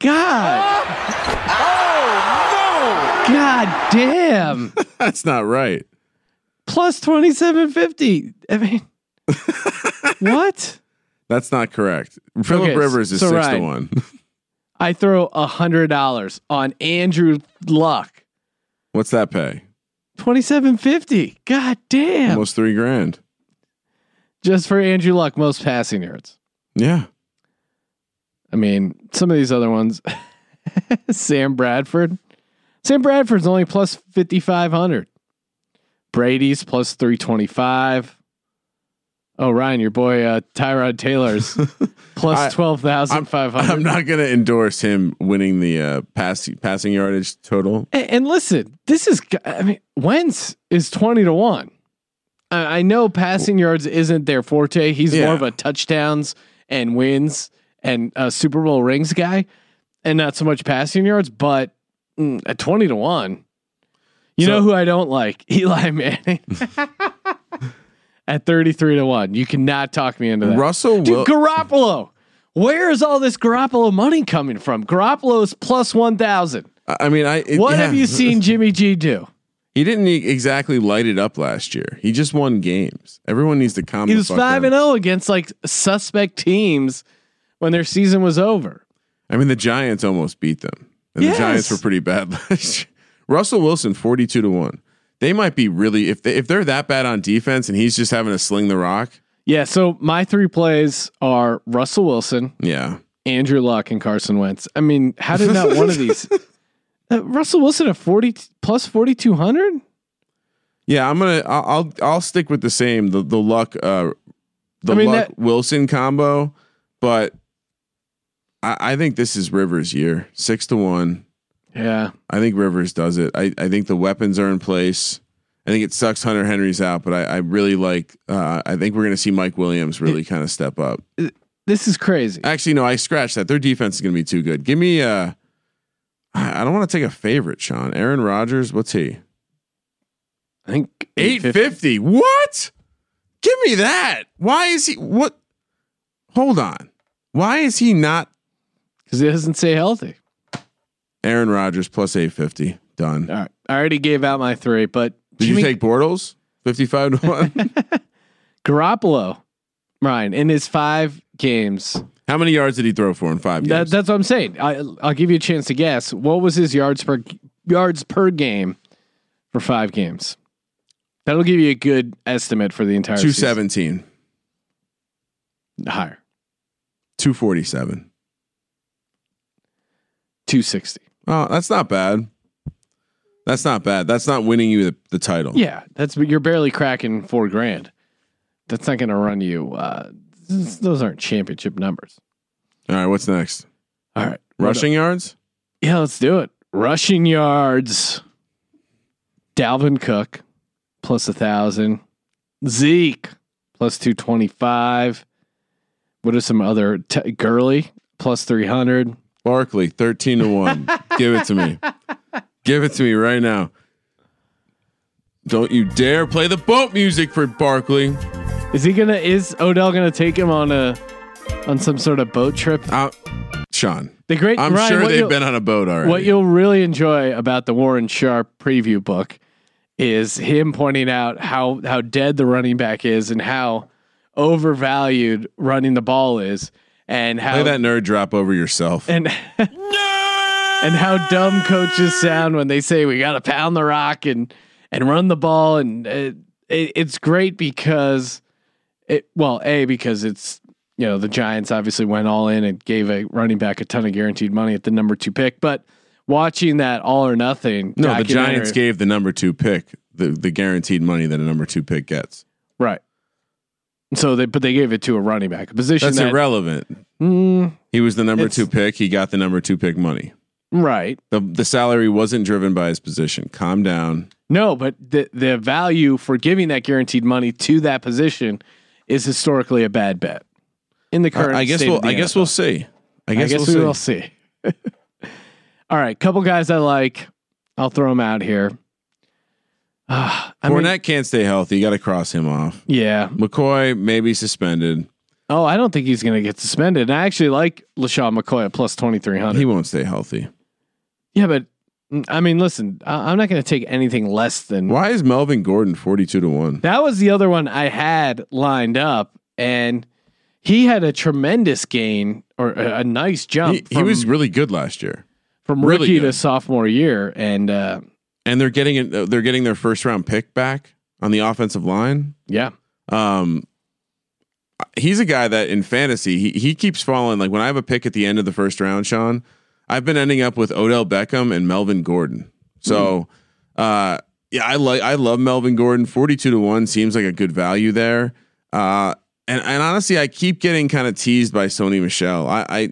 God. oh no. God
(laughs)
damn.
That's not right.
Plus 2750. I
(laughs)
mean What?
That's not correct. Philip
Okay,
Rivers is
so
six to
Ryan-
one. (laughs)
I throw a hundred dollars on Andrew Luck.
What's that pay?
Twenty seven fifty. God damn.
Almost three grand.
Just for Andrew Luck, most passing yards.
Yeah.
I mean, some of these other ones. (laughs) Sam Bradford. Sam Bradford's only plus 5,500. Brady's plus 325. Oh, Ryan, your boy uh, Tyrod
(laughs)
Taylor's
I-
plus
I'm
12,500.
not going to endorse him winning the uh, pass, passing yardage total.
A- And listen, this is, g- I mean, Wentz is 20 to 1. I I know passing yards isn't their forte. He's
Yeah.
more of a touchdowns and wins and uh, Super Bowl rings guy and not so much passing yards, but mm, at 20 to 1. You
So-
know who I don't like? (laughs) Eli
(laughs)
Manning. at 33 to 1. You cannot talk me into that.
Russell Wil-
Dude, Garoppolo. Where is all this Garoppolo money coming from? Garoppolo's plus 1,000.
I I mean, I it-
What have
yeah.
you seen Jimmy G do?
He didn't e- exactly light it up last year. He just won games. Everyone needs to comment.
He was five and zero against like suspect teams when their season was over.
I mean, the Giants almost beat them, and
Yes.
the Giants were pretty bad (laughs) last year. Russell Wilson, forty-two to one. They might be really if they, if they're that bad on defense, and he's just having to sling the rock.
Yeah. So my three plays are Russell Wilson,
Yeah,
Andrew Luck and Carson Wentz. I mean, how did not one of
(laughs)
these? Uh, Russell Wilson at forty plus forty two hundred.
Yeah, I'm gonna. I'll I'll, I'll stick with the same the the luck uh the
I mean,
luck
that-
Wilson combo, but I, I think this is Rivers' year six to one.
Yeah,
I think Rivers does it. I I think the weapons are in place. I think it sucks Hunter Henry's out, but I, I really like. Uh, I think we're gonna see Mike Williams really kind of step up.
this is crazy.
Actually, no, I scratched that. Their defense is gonna be too good. Give me. Uh, I I don't want to take a favorite, Sean. Aaron Rodgers. What's he?
I think
Eight fifty. What? Give me that. Why is he? What? Hold on. Why is he not
because it doesn't say healthy.
Aaron Rodgers plus eight fifty? Done.
All right, I already gave out my three, but
Did
Jimmy
you take Bortles fifty five
(laughs)
to one?
Garoppolo, Ryan, in his five games.
How many yards did he throw for in five
That,
games?
that's what I'm saying. I, I'll give you a chance to guess. What was his yards per yards per game for five games? That'll give you a good estimate for the entire
Two
season.
seventeen.
higher
Two forty seven.
two sixty.
Oh, that's not bad. That's not bad. That's not winning you the, the title.
Yeah, that's but you're barely cracking four grand. That's not going to run you. Uh, this- those aren't championship numbers.
All right. What's next?
All right,
Rushing yards.
Yeah, let's do it. Rushing yards. Dalvin Cook plus a thousand. Zeke plus two twenty five. What are some other t- Gurley plus three hundred?
Barkley, 13 to 1. Give it to me. Give it to me right now. Don't you dare play the boat music for Barkley.
Is he gonna? Is Odell gonna take him on a on some sort of boat trip?
Uh, Sean,
The great
I'm
Ryan,
sure
what
they've
you'll-
been on a boat already.
What you'll really enjoy about the Warren Sharp preview book is him pointing out how how dead the running back is and how overvalued running the ball is and how
play that nerd drop over yourself.
and (laughs) and how dumb coaches sound when they say we got to pound the rock and and run the ball and uh, it, it's great because it well a because it's you know the Giants obviously went all in and gave a running back a ton of guaranteed money at the number two pick, but watching that all or nothing
No, the
documentary-
Giants gave the number two pick the, the guaranteed money that a number two pick gets.
right. So they but they gave it to a running back a position
That's
that-
irrelevant.
Mm,
He was the number
It's-
two pick. He got the number two pick money.
right.
The, the salary wasn't driven by his position. Calm down.
No, but the the value for giving that guaranteed money to that position is historically a bad bet in the current.
I, I guess
state
we'll.
of the
I guess
NFL.
we'll see. I guess,
I guess
we'll
we
see.
will see. (laughs) All right, couple guys I like. I'll throw them out here. (sighs) Ah, I mean,
Fournette can't stay healthy. You got to cross him off.
yeah.
McCoy may be suspended.
Oh, I don't think he's going to get suspended. And I actually like Lashawn McCoy at plus twenty three
He
hundred.
won't stay healthy.
Yeah, but mm, I mean, listen, I, I'm not going to take anything less than
Why is Melvin Gordon 42 to 1?
That was the other one I had lined up, and he had a tremendous gain or a, a nice jump.
He, he
from,
was really good last year.
from
really
rookie to
good.
sophomore year, and uh,
And they're getting it, uh, they're getting their first round pick back on the offensive line.
yeah,
Um he's a guy that in fantasy, he he keeps falling like when I have a pick at the end of the first round, Sean, I've been ending up with Odell Beckham and Melvin Gordon. So, uh yeah, I like I love Melvin Gordon. 42 to 1 seems like a good value there. Uh and and honestly, I keep getting kind of teased by Sony Michelle. I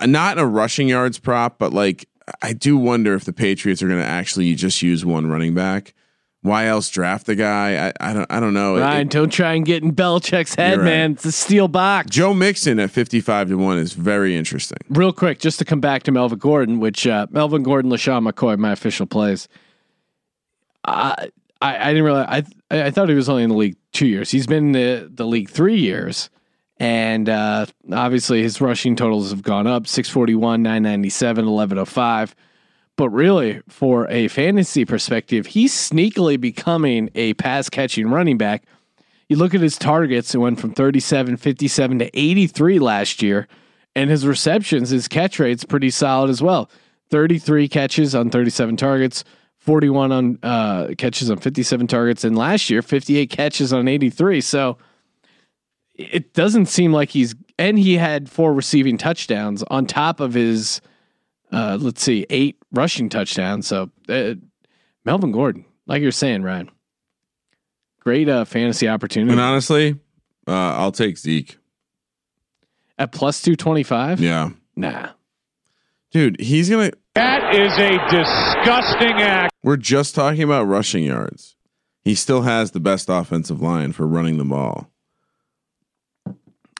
I not a rushing yards prop, but like I do wonder if the Patriots are going to actually just use one running back. Why else draft the guy? I, I don't I don't know. It-
Ryan, don't try and get in Belichick's head,
You're right.
man. It's a steel box.
Joe Mixon at 55 to 1 is very interesting.
Real quick, just to come back to Melvin Gordon, which uh, Melvin Gordon, Lashawn McCoy, my official plays. I I, I didn't realize I I I thought he was only in the league two years. He's been in the, the league three years, and uh, obviously his rushing totals have gone up: six forty one, nine ninety seven, eleven oh five. But really, for a fantasy perspective, he's sneakily becoming a pass catching running back. You look at his targets, it went from 37, 57 to 83 last year. And his receptions, his catch rate's pretty solid as well. 33 catches on 37 targets, 41 on uh, catches on 57 targets, and last year 58 catches on 83. So it doesn't seem like he's and he had four receiving touchdowns on top of his uh let's see eight rushing touchdowns so uh, melvin gordon like you're saying ryan great uh fantasy opportunity
And honestly, uh, I'll take Zeke.
at plus 225
Yeah.
nah
Dude, he's going to.
That is a disgusting act.
We're just talking about rushing yards. He still has the best offensive line for running the ball.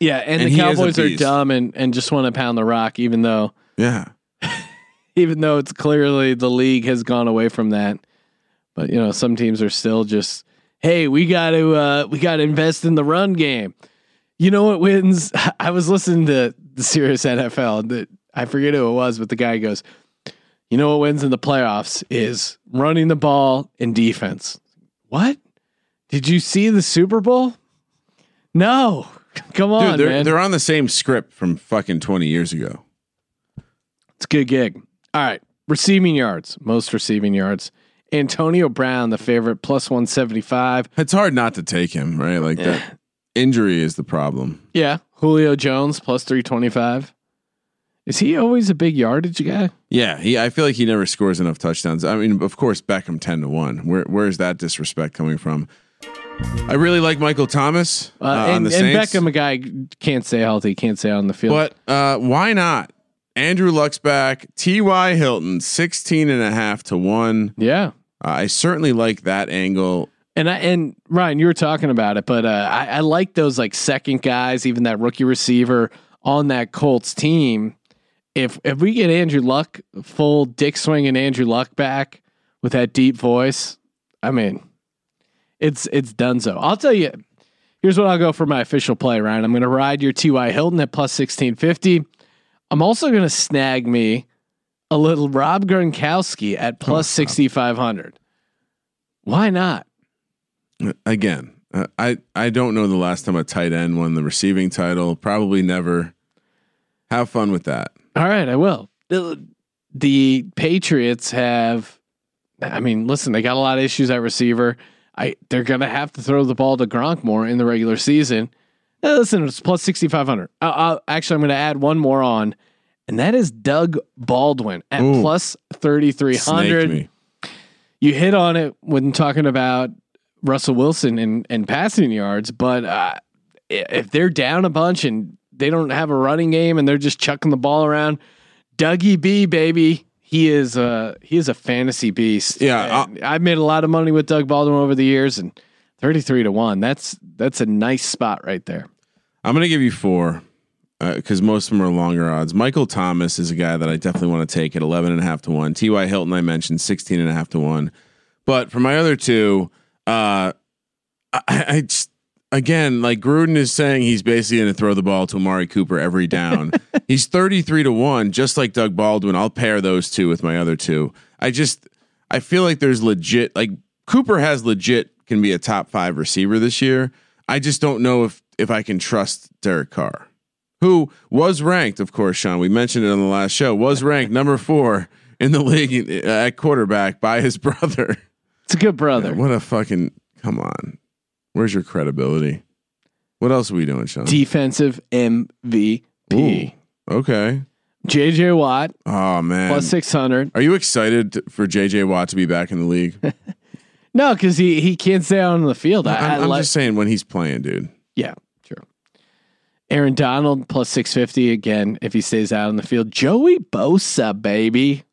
yeah and,
And
the
he is a
cowboys are
beast.
dumb and and just want to pound the rock even though
Yeah.
(laughs) even though it's clearly the league has gone away from that. But you know, some teams are still just, hey, we got to uh, we got to invest in the run game. You know what wins? (laughs) I was listening to the Sirius NFL. and That I forget who it was, but the guy goes, "You know what wins in the playoffs is running the ball and defense." What? Did you see the Super Bowl? No. (laughs) Come on,
Dude, they're,
man.
they're on the same script from fucking 20 years ago.
It's a good gig. All right. Receiving yards, most receiving yards. Antonio Brown, the favorite, plus 175.
It's hard not to take him, right? Like that injury is the problem.
Yeah. Julio Jones, plus 325. Is he always a big yardage guy?
Yeah, he. I feel like he never scores enough touchdowns. I mean, of course, Beckham ten to one. Where where is that disrespect coming from? I really like Michael Thomas uh,
Uh,
on
and,
the
and
Saints,
Beckham, a guy can't stay healthy, can't stay out on the field.
but uh, why not? Andrew Luck's back. T.Y. Hilton 16 and a half to one.
Yeah.
Uh, I certainly like that angle.
And I, and Ryan, you were talking about it, but uh, I, I like those like second guys, even that rookie receiver on that Colts team. If if we get Andrew Luck full dick swing and Andrew Luck back with that deep voice, I mean, it's it's Dunzo. I'll tell you. Here's what I'll go for my official play, Ryan. I'm going to ride your T.Y. Hilton at plus 1650. I'm also going to snag me a little Rob Gronkowski at plus 6500. Why not?
Again, uh, I I don't know the last time a tight end won the receiving title. Probably never. Have fun with that.
All right, I will. The, the Patriots have, I mean, listen, they got a lot of issues at receiver. I they're gonna have to throw the ball to Gronk more in the regular season. Uh, listen, it's plus sixty five hundred. Uh, actually, I'm gonna add one more on, and that is Doug Baldwin at
Ooh.
plus thirty three
Snaked
hundred.
me.
you hit on it when talking about Russell Wilson and, and passing yards, but uh, i- if they're down a bunch and they don't have a running game and they're just chucking the ball around, Dougie B, baby, he is a he is a fantasy beast.
Yeah, uh,
And I've made a lot of money with Doug Baldwin over the years, and thirty three to one. That's that's a nice spot right there.
I'm going to give you four because most of them are longer odds. Michael Thomas is a guy that I definitely want to take at 11 and a half to one. T.Y. Hilton, I mentioned 16 and a half to one. But for my other two, uh, I, I just, again, like Gruden is saying he's basically going to throw the ball to Amari Cooper every down. he's 33 to one, just like Doug Baldwin. I'll pair those two with my other two. I just, I feel like there's legit, like Cooper has legit can be a top five receiver this year. I just don't know if, if I can trust Derek Carr who was ranked, of course, Sean. We mentioned it on the last show. Was ranked (laughs) number four in the league uh, at quarterback by his (laughs) brother.
It's a good brother.
What a fucking come on! Where's your credibility? What else are we doing, Sean?
Defensive MVP.
Ooh, okay.
JJ Watt
Oh man,
plus six hundred.
are you excited t- for JJ Watt to be back in
(laughs)
the league?
No, because he he can't stay out on the field. I,
I'm,
I
I'm
like-
just saying when he's playing, dude.
Yeah, sure. Aaron Donald plus 650 again if he stays out on the field. Joey Bosa, baby,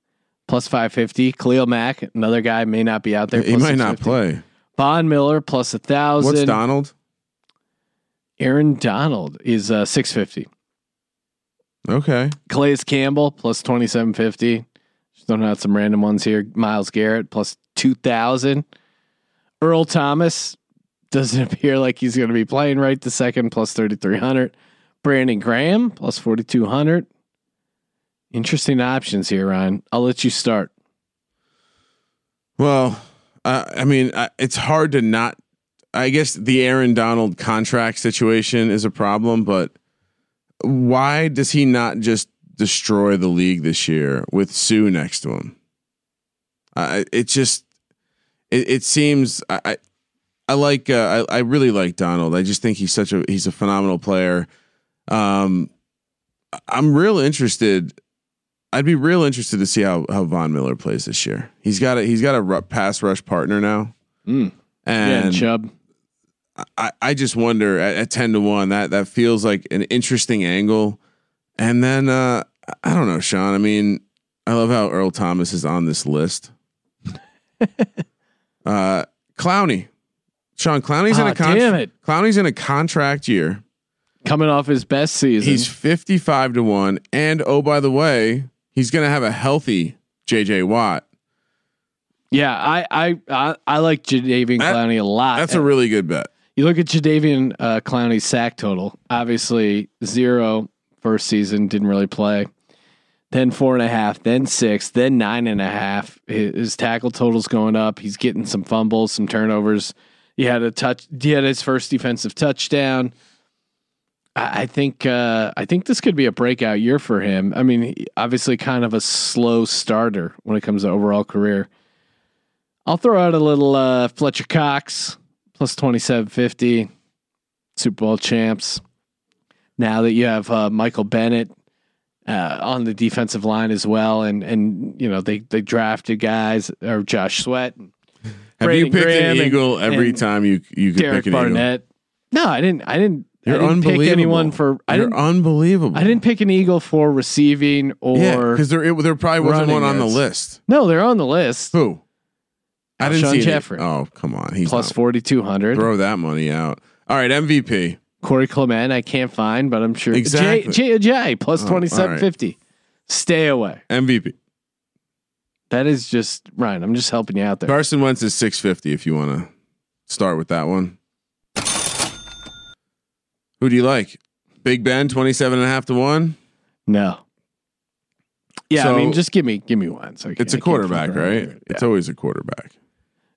plus 550. Khalil Mack, another guy may not be out there.
He
plus
might not
650.
play.
Von Miller plus a thousand.
What's Donald?
Aaron Donald is uh, 650.
Okay,
Clay's Campbell plus 2750. Just throwing out some random ones here. Miles Garrett plus 2000. Earl Thomas doesn't (laughs) appear like he's going to be playing right the second plus 3300. Brandon Graham plus 4200. Interesting options here, Ryan. I'll let you start.
Well, uh, I mean, I, it's hard to not. I guess the Aaron Donald contract situation is a problem, but why does he not just destroy the league this year with Sue next to him? I it just it, it seems I, I I like uh, I I really like Donald. I just think he's such a he's a phenomenal player. Um, I- I'm real interested. I'd be real interested to see how how Von Miller plays this year. He's got a he's got a ru- pass rush partner now,
Mm. yeah,
and
Chubb.
I, I just wonder at, at 10 to 1 that that feels like an interesting angle and then uh i don't know sean i mean i love how earl thomas is on
(laughs)
this list uh clowney sean clowney's in
Ah,
a con-
damn it.
clowney's in a contract year
Coming off his best season.
he's 55 to 1 and oh by the way he's gonna have a healthy jj watt
yeah, I I I, I like Jadavian
That-
Clowney a lot.
that's a really good bet
You look at Jadavian uh, Clowney's sack total. Obviously, zero first season, didn't really play. Then four and a half, then six, then nine and a half. His, his tackle total's going up. He's getting some fumbles, some turnovers. He had a touch. He had his first defensive touchdown. I, I think. Uh, I think this could be a breakout year for him. I mean, he- obviously, kind of a slow starter when it comes to overall career. I'll throw out a little uh, Fletcher Cox plus 2750 super bowl champs now that you have uh, michael bennett uh, on the defensive line as well and and you know they they drafted guys or josh sweat and
have
Brandon
you picked
Graham
an
and-
eagle every
and
time you you could
derek
pick an eagle
barnett no i didn't i didn't
You're
I didn't pick
unbelievable.
anyone for I
You're
didn't
unbelievable.
I didn't pick an eagle for receiving or
Yeah, because there it, there probably wasn't
running
one on the
backs.
list.
no they're on the list
Who? I didn't
Alshon
see any-
Jeffrey.
Oh come on, he's
plus
plus four.
4200
Throw that money out. All right, MVP.
Corey Clement, I can't find, but I'm sure.
Exactly.
Jay, Jay, Jay plus
Oh,
twenty seven fifty. Stay away.
MVP.
That is just Ryan. I'm just helping you out there.
Carson Wentz is six fifty. If you want to start with that one. Who do you like? Big Ben, 27 and a half to one.
no. Yeah, I
So-
mean, just give me give me one. So I can't-
It's
I
a
can't
quarterback,
fuck around
right?
here.
It's
Yeah.
always a quarterback.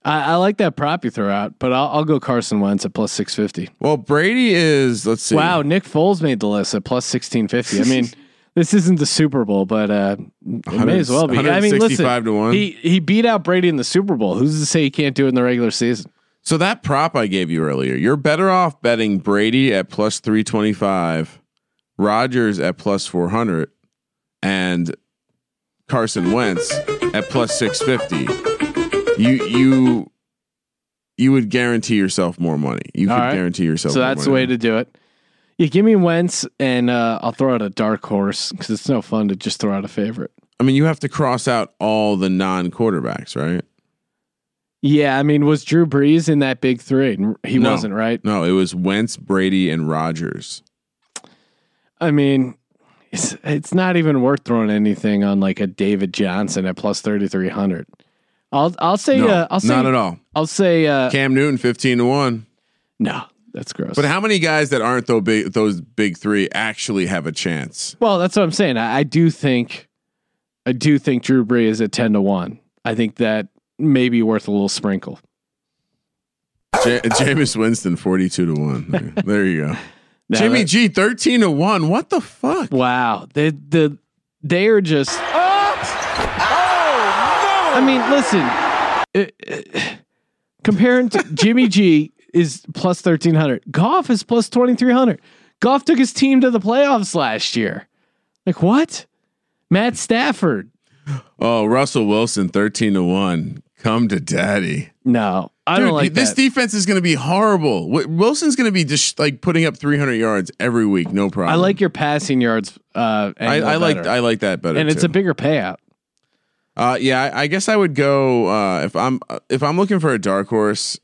I, I like that prop you throw out, but I'll, I'll go Carson Wentz at plus six fifty.
Well, Brady is, let's see.
Wow, Nick Foles made the list at plus sixteen fifty. I
(laughs)
mean, this isn't the Super Bowl, but uh, it may as well be. I mean, listen,
165 to one.
he he beat out Brady in the Super Bowl. Who's to say he can't do it in the regular season?
So that prop I gave you earlier, you're better off betting Brady at plus 325, Rogers at plus 400, and Carson Wentz at plus 650. You you you would guarantee yourself more money. You could
All right.
guarantee yourself.
So
more
that's the
money.
way to do it. Yeah, give me Wentz, and uh, I'll throw out a dark horse because it's no fun to just throw out a favorite.
I mean, you have to cross out all the non-quarterbacks, right?
Yeah, I mean, was Drew Brees in that big three? N- He
No.
wasn't, right?
No, it was Wentz, Brady, and Rogers.
I mean, it's it's not even worth throwing anything on like a David Johnson at plus thirty three hundred. I'll I'll say
No,
uh, I'll say
not at all.
I'll say uh,
Cam Newton, fifteen to one.
no, that's gross.
But how many guys that aren't those big, those big three actually have a chance?
Well, that's what I'm saying. I, I do think, I do think Drew Brees is at ten to one. I think that may be worth a little sprinkle.
Ja- Jameis Winston, forty-two to one. There, there you go.
(laughs) Now
Jimmy
that-
G, thirteen to one. What the fuck?
Wow, the the they are just.
Oh,
I mean, listen, uh, uh, comparing
(laughs)
to Jimmy G is plus thirteen hundred. Goff is plus twenty three hundred. Goff took his team to the playoffs last year. Like what? Matt Stafford?
Oh, Russell Wilson, thirteen to one. Come to daddy.
No, I don't
Dude,
like
this
that.
defense is going to be horrible. Wi- Wilson's going to be just like putting up three hundred yards every week. No problem.
I like your passing yards. Uh,
I, I like. I like that better.
and it's
too.
a bigger payout.
Uh, yeah, I, I guess I would go uh, if I'm if I'm looking for a dark horse.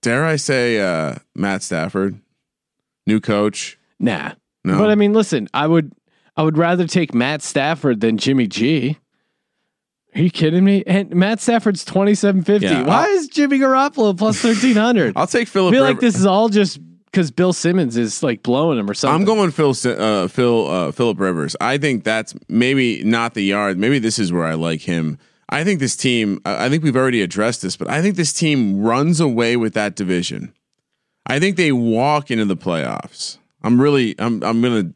Dare I say uh, Matt Stafford, new coach?
Nah,
No,
But I mean, listen, I would I would rather take Matt Stafford than Jimmy G. Are you kidding me? And Matt Stafford's twenty seven fifty.
Yeah,
Why
I'll-
is Jimmy Garoppolo
(laughs)
plus thirteen hundred? I
I'll take Philip.
feel
Rivers.
like this is all just because Bill Simmons is like blowing him or something.
I'm going Phil Si- uh, Phil uh, Philip Rivers. I think that's maybe not the yard. Maybe this is where I like him. I think this team. I I think we've already addressed this, but I think this team runs away with that division. I think they walk into the playoffs. I'm really. I'm. I'm gonna.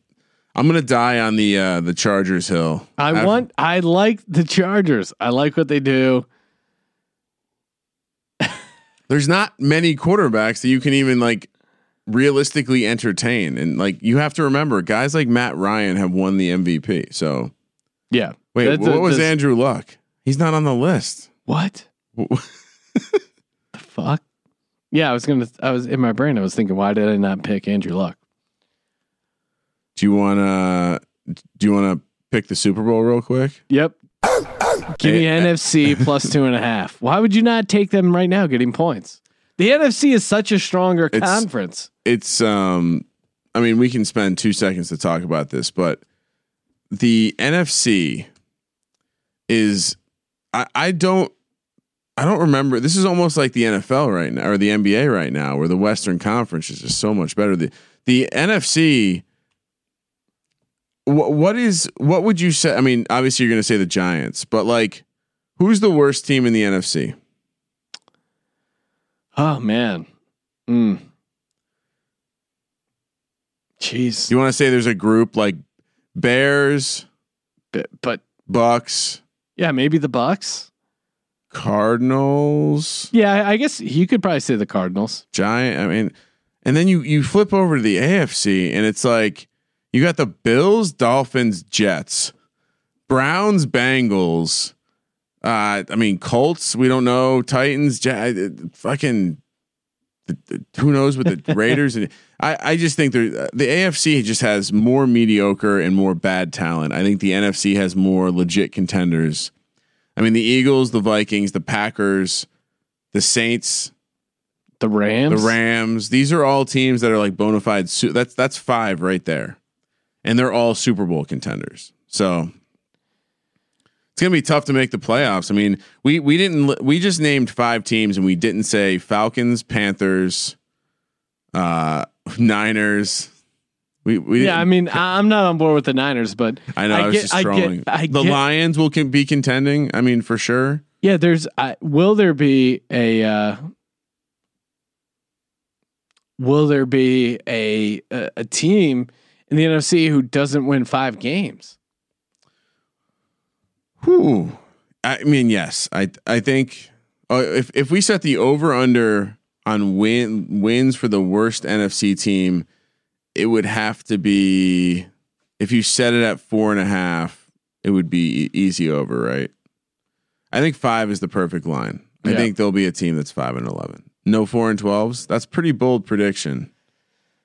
I'm gonna die on the uh, the Chargers hill.
I
I've-
want. I like the Chargers. I like what they do.
there's not many quarterbacks that you can even like realistically entertain. And like you have to remember, guys like Matt Ryan have won the MVP. So
Yeah.
wait,
That's-
what was
that's-
Andrew Luck? He's not on the list.
What? the fuck? Yeah, I was gonna. I was in my brain. I was thinking, why did I not pick Andrew Luck?
(laughs) Do you wanna do you wanna pick the Super Bowl real quick?
Yep. (coughs) Give me
Eh, eh. (laughs)
NFC plus two and a half. Why would you not take them right now, getting points? The NFC is such a stronger
It's-
conference.
it's um I mean we can spend 2 seconds to talk about this but the NFC is I I don't I don't remember this is almost like the NFL right now or the NBA right now where the Western Conference is just so much better the the NFC wh- what is what would you say I mean obviously you're going to say the Giants but like who's the worst team in the NFC
Oh man. Mm. Jeez.
do you want to say there's a group like Bears
But, but
Bucks
yeah, maybe the Bucks.
Cardinals,
Yeah, I- I guess you could probably say the Cardinals.
Giant. I mean, and then you you flip over to the AFC, and it's like you got the Bills, Dolphins, Jets, Browns, Bengals. Uh, I mean, Colts. We don't know Titans. Ja- uh, fucking. the- the- Who knows with the Raiders and I? I just think there- the AFC just has more mediocre and more bad talent. I think the NFC has more legit contenders. I mean, the Eagles, the Vikings, the Packers, the Saints,
The Rams.
the Rams. These are all teams that are like bona fide. Su- that's that's five right there, and they're all Super Bowl contenders. So it's gonna be tough to make the playoffs. I mean, we we didn't li- we just named five teams, and we didn't say Falcons, Panthers, uh, Niners. We, we
Yeah, I
didn't-
mean, I- I'm not on board with the Niners, but
I know I, was
get-
just
I get-
trolling.
I
the
get-
Lions will can be contending. I mean, for sure.
Yeah, there's. I, will there be a? Uh, will there be a, a a team in the NFC who doesn't win five games?
Whew. I mean, yes. I I think uh, if if we set the over under on win wins for the worst NFC team, it would have to be if you set it at four and a half, it would be e- easy over, right? I think five is the perfect line. I
Yeah.
think there'll be a team that's five and eleven. No four and twelves. That's pretty bold prediction.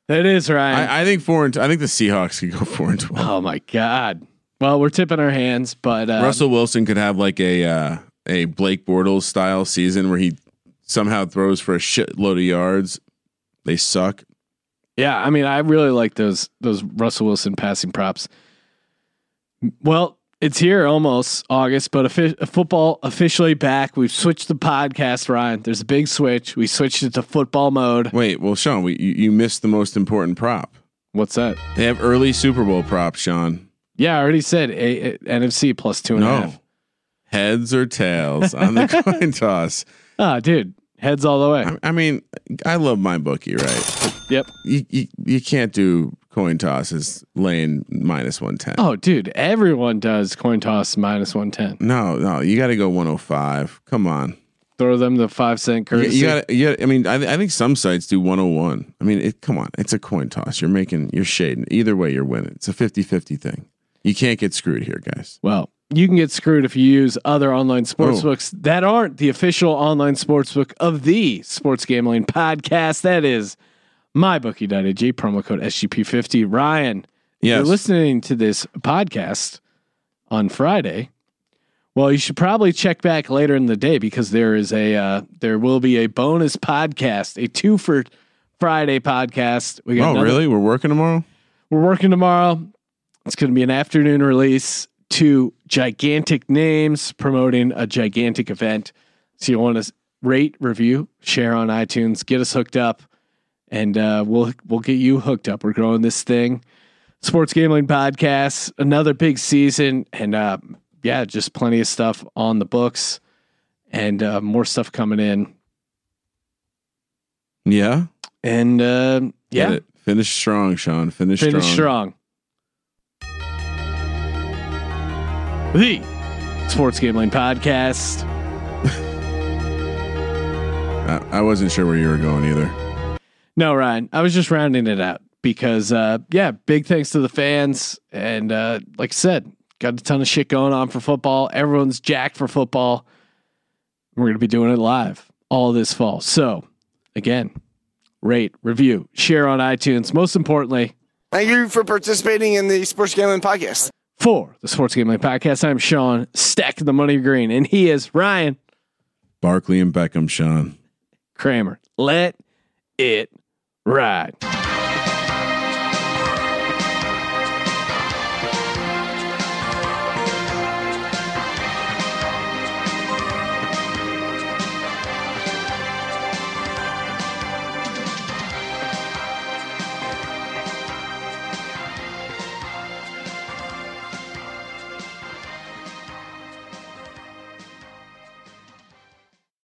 That is right.
I, I think four and t- I think the Seahawks could go four and twelve.
oh my god. Well, we're tipping our hands, but uh,
Russell Wilson could have like a uh, a Blake Bortles style season where he somehow throws for a shitload of yards. They suck.
Yeah, I mean, I really like those those Russell Wilson passing props. Well, it's here almost August, but offi- uh, football officially back. We've switched the podcast, Ryan. There's a big switch. We switched it to football mode.
Wait, well, Sean, we, you, you missed the most important prop.
What's that?
They have early Super Bowl props, Sean.
Yeah, I already said a- a- NFC plus two and a half.
No. Heads or tails on the coin toss.
Ah, dude, heads all the way.
I, I mean, I love my bookie, right?
yep.
You, you, you can't do coin tosses laying minus 110.
Oh, dude, everyone does coin toss minus one ten.
No, no, you got to go 105. Come on.
Throw them the five cent
You,
courtesy.
you got yeah. I mean, I, th- I think some sites do 101. I mean, it, come on, it's a coin toss. You're making, you're shading. Either way, you're winning. It's a 50 50 thing. You can't get screwed here, guys.
Well, you can get screwed if you use other
Oh.
online sports books that aren't the official online sports book of the Sports Gambling Podcast. That is mybookie.ag, promo code SGP50. Ryan, if
Yes.
you're listening to this podcast on Friday. Well, you should probably check back later in the day because there is a uh, there will be a bonus podcast, a two for Friday podcast. We
Oh,
another-
really? We're working tomorrow?
we're working tomorrow. It's going to be an afternoon release. Two gigantic names promoting a gigantic event. So you want to rate, review, share on iTunes, get us hooked up, and uh, we'll we'll get you hooked up. We're growing this thing. Sports gambling podcast, another big season, and uh, yeah, just plenty of stuff on the books, and uh, more stuff coming in.
Yeah.
And uh,
Get
yeah,
it. Finish strong, Sean. Finish,
finish strong.
strong.
The Sports Gambling Podcast.
strong. I, I wasn't sure where you were going either.
No, Ryan, I was just rounding it out because, uh, yeah, big thanks to the fans. And uh, like I said, got a ton of shit going on for football. Everyone's jacked for football. We're going to be doing it live all this fall. So, again, rate, review, share on iTunes. Most importantly,
Thank you for participating in the Sports Gambling Podcast.
for the Sports Gambling Podcast, I'm Sean Stack the Money Green, and he is Ryan
Barkley and Beckham, Sean.
Kramer. Let it ride.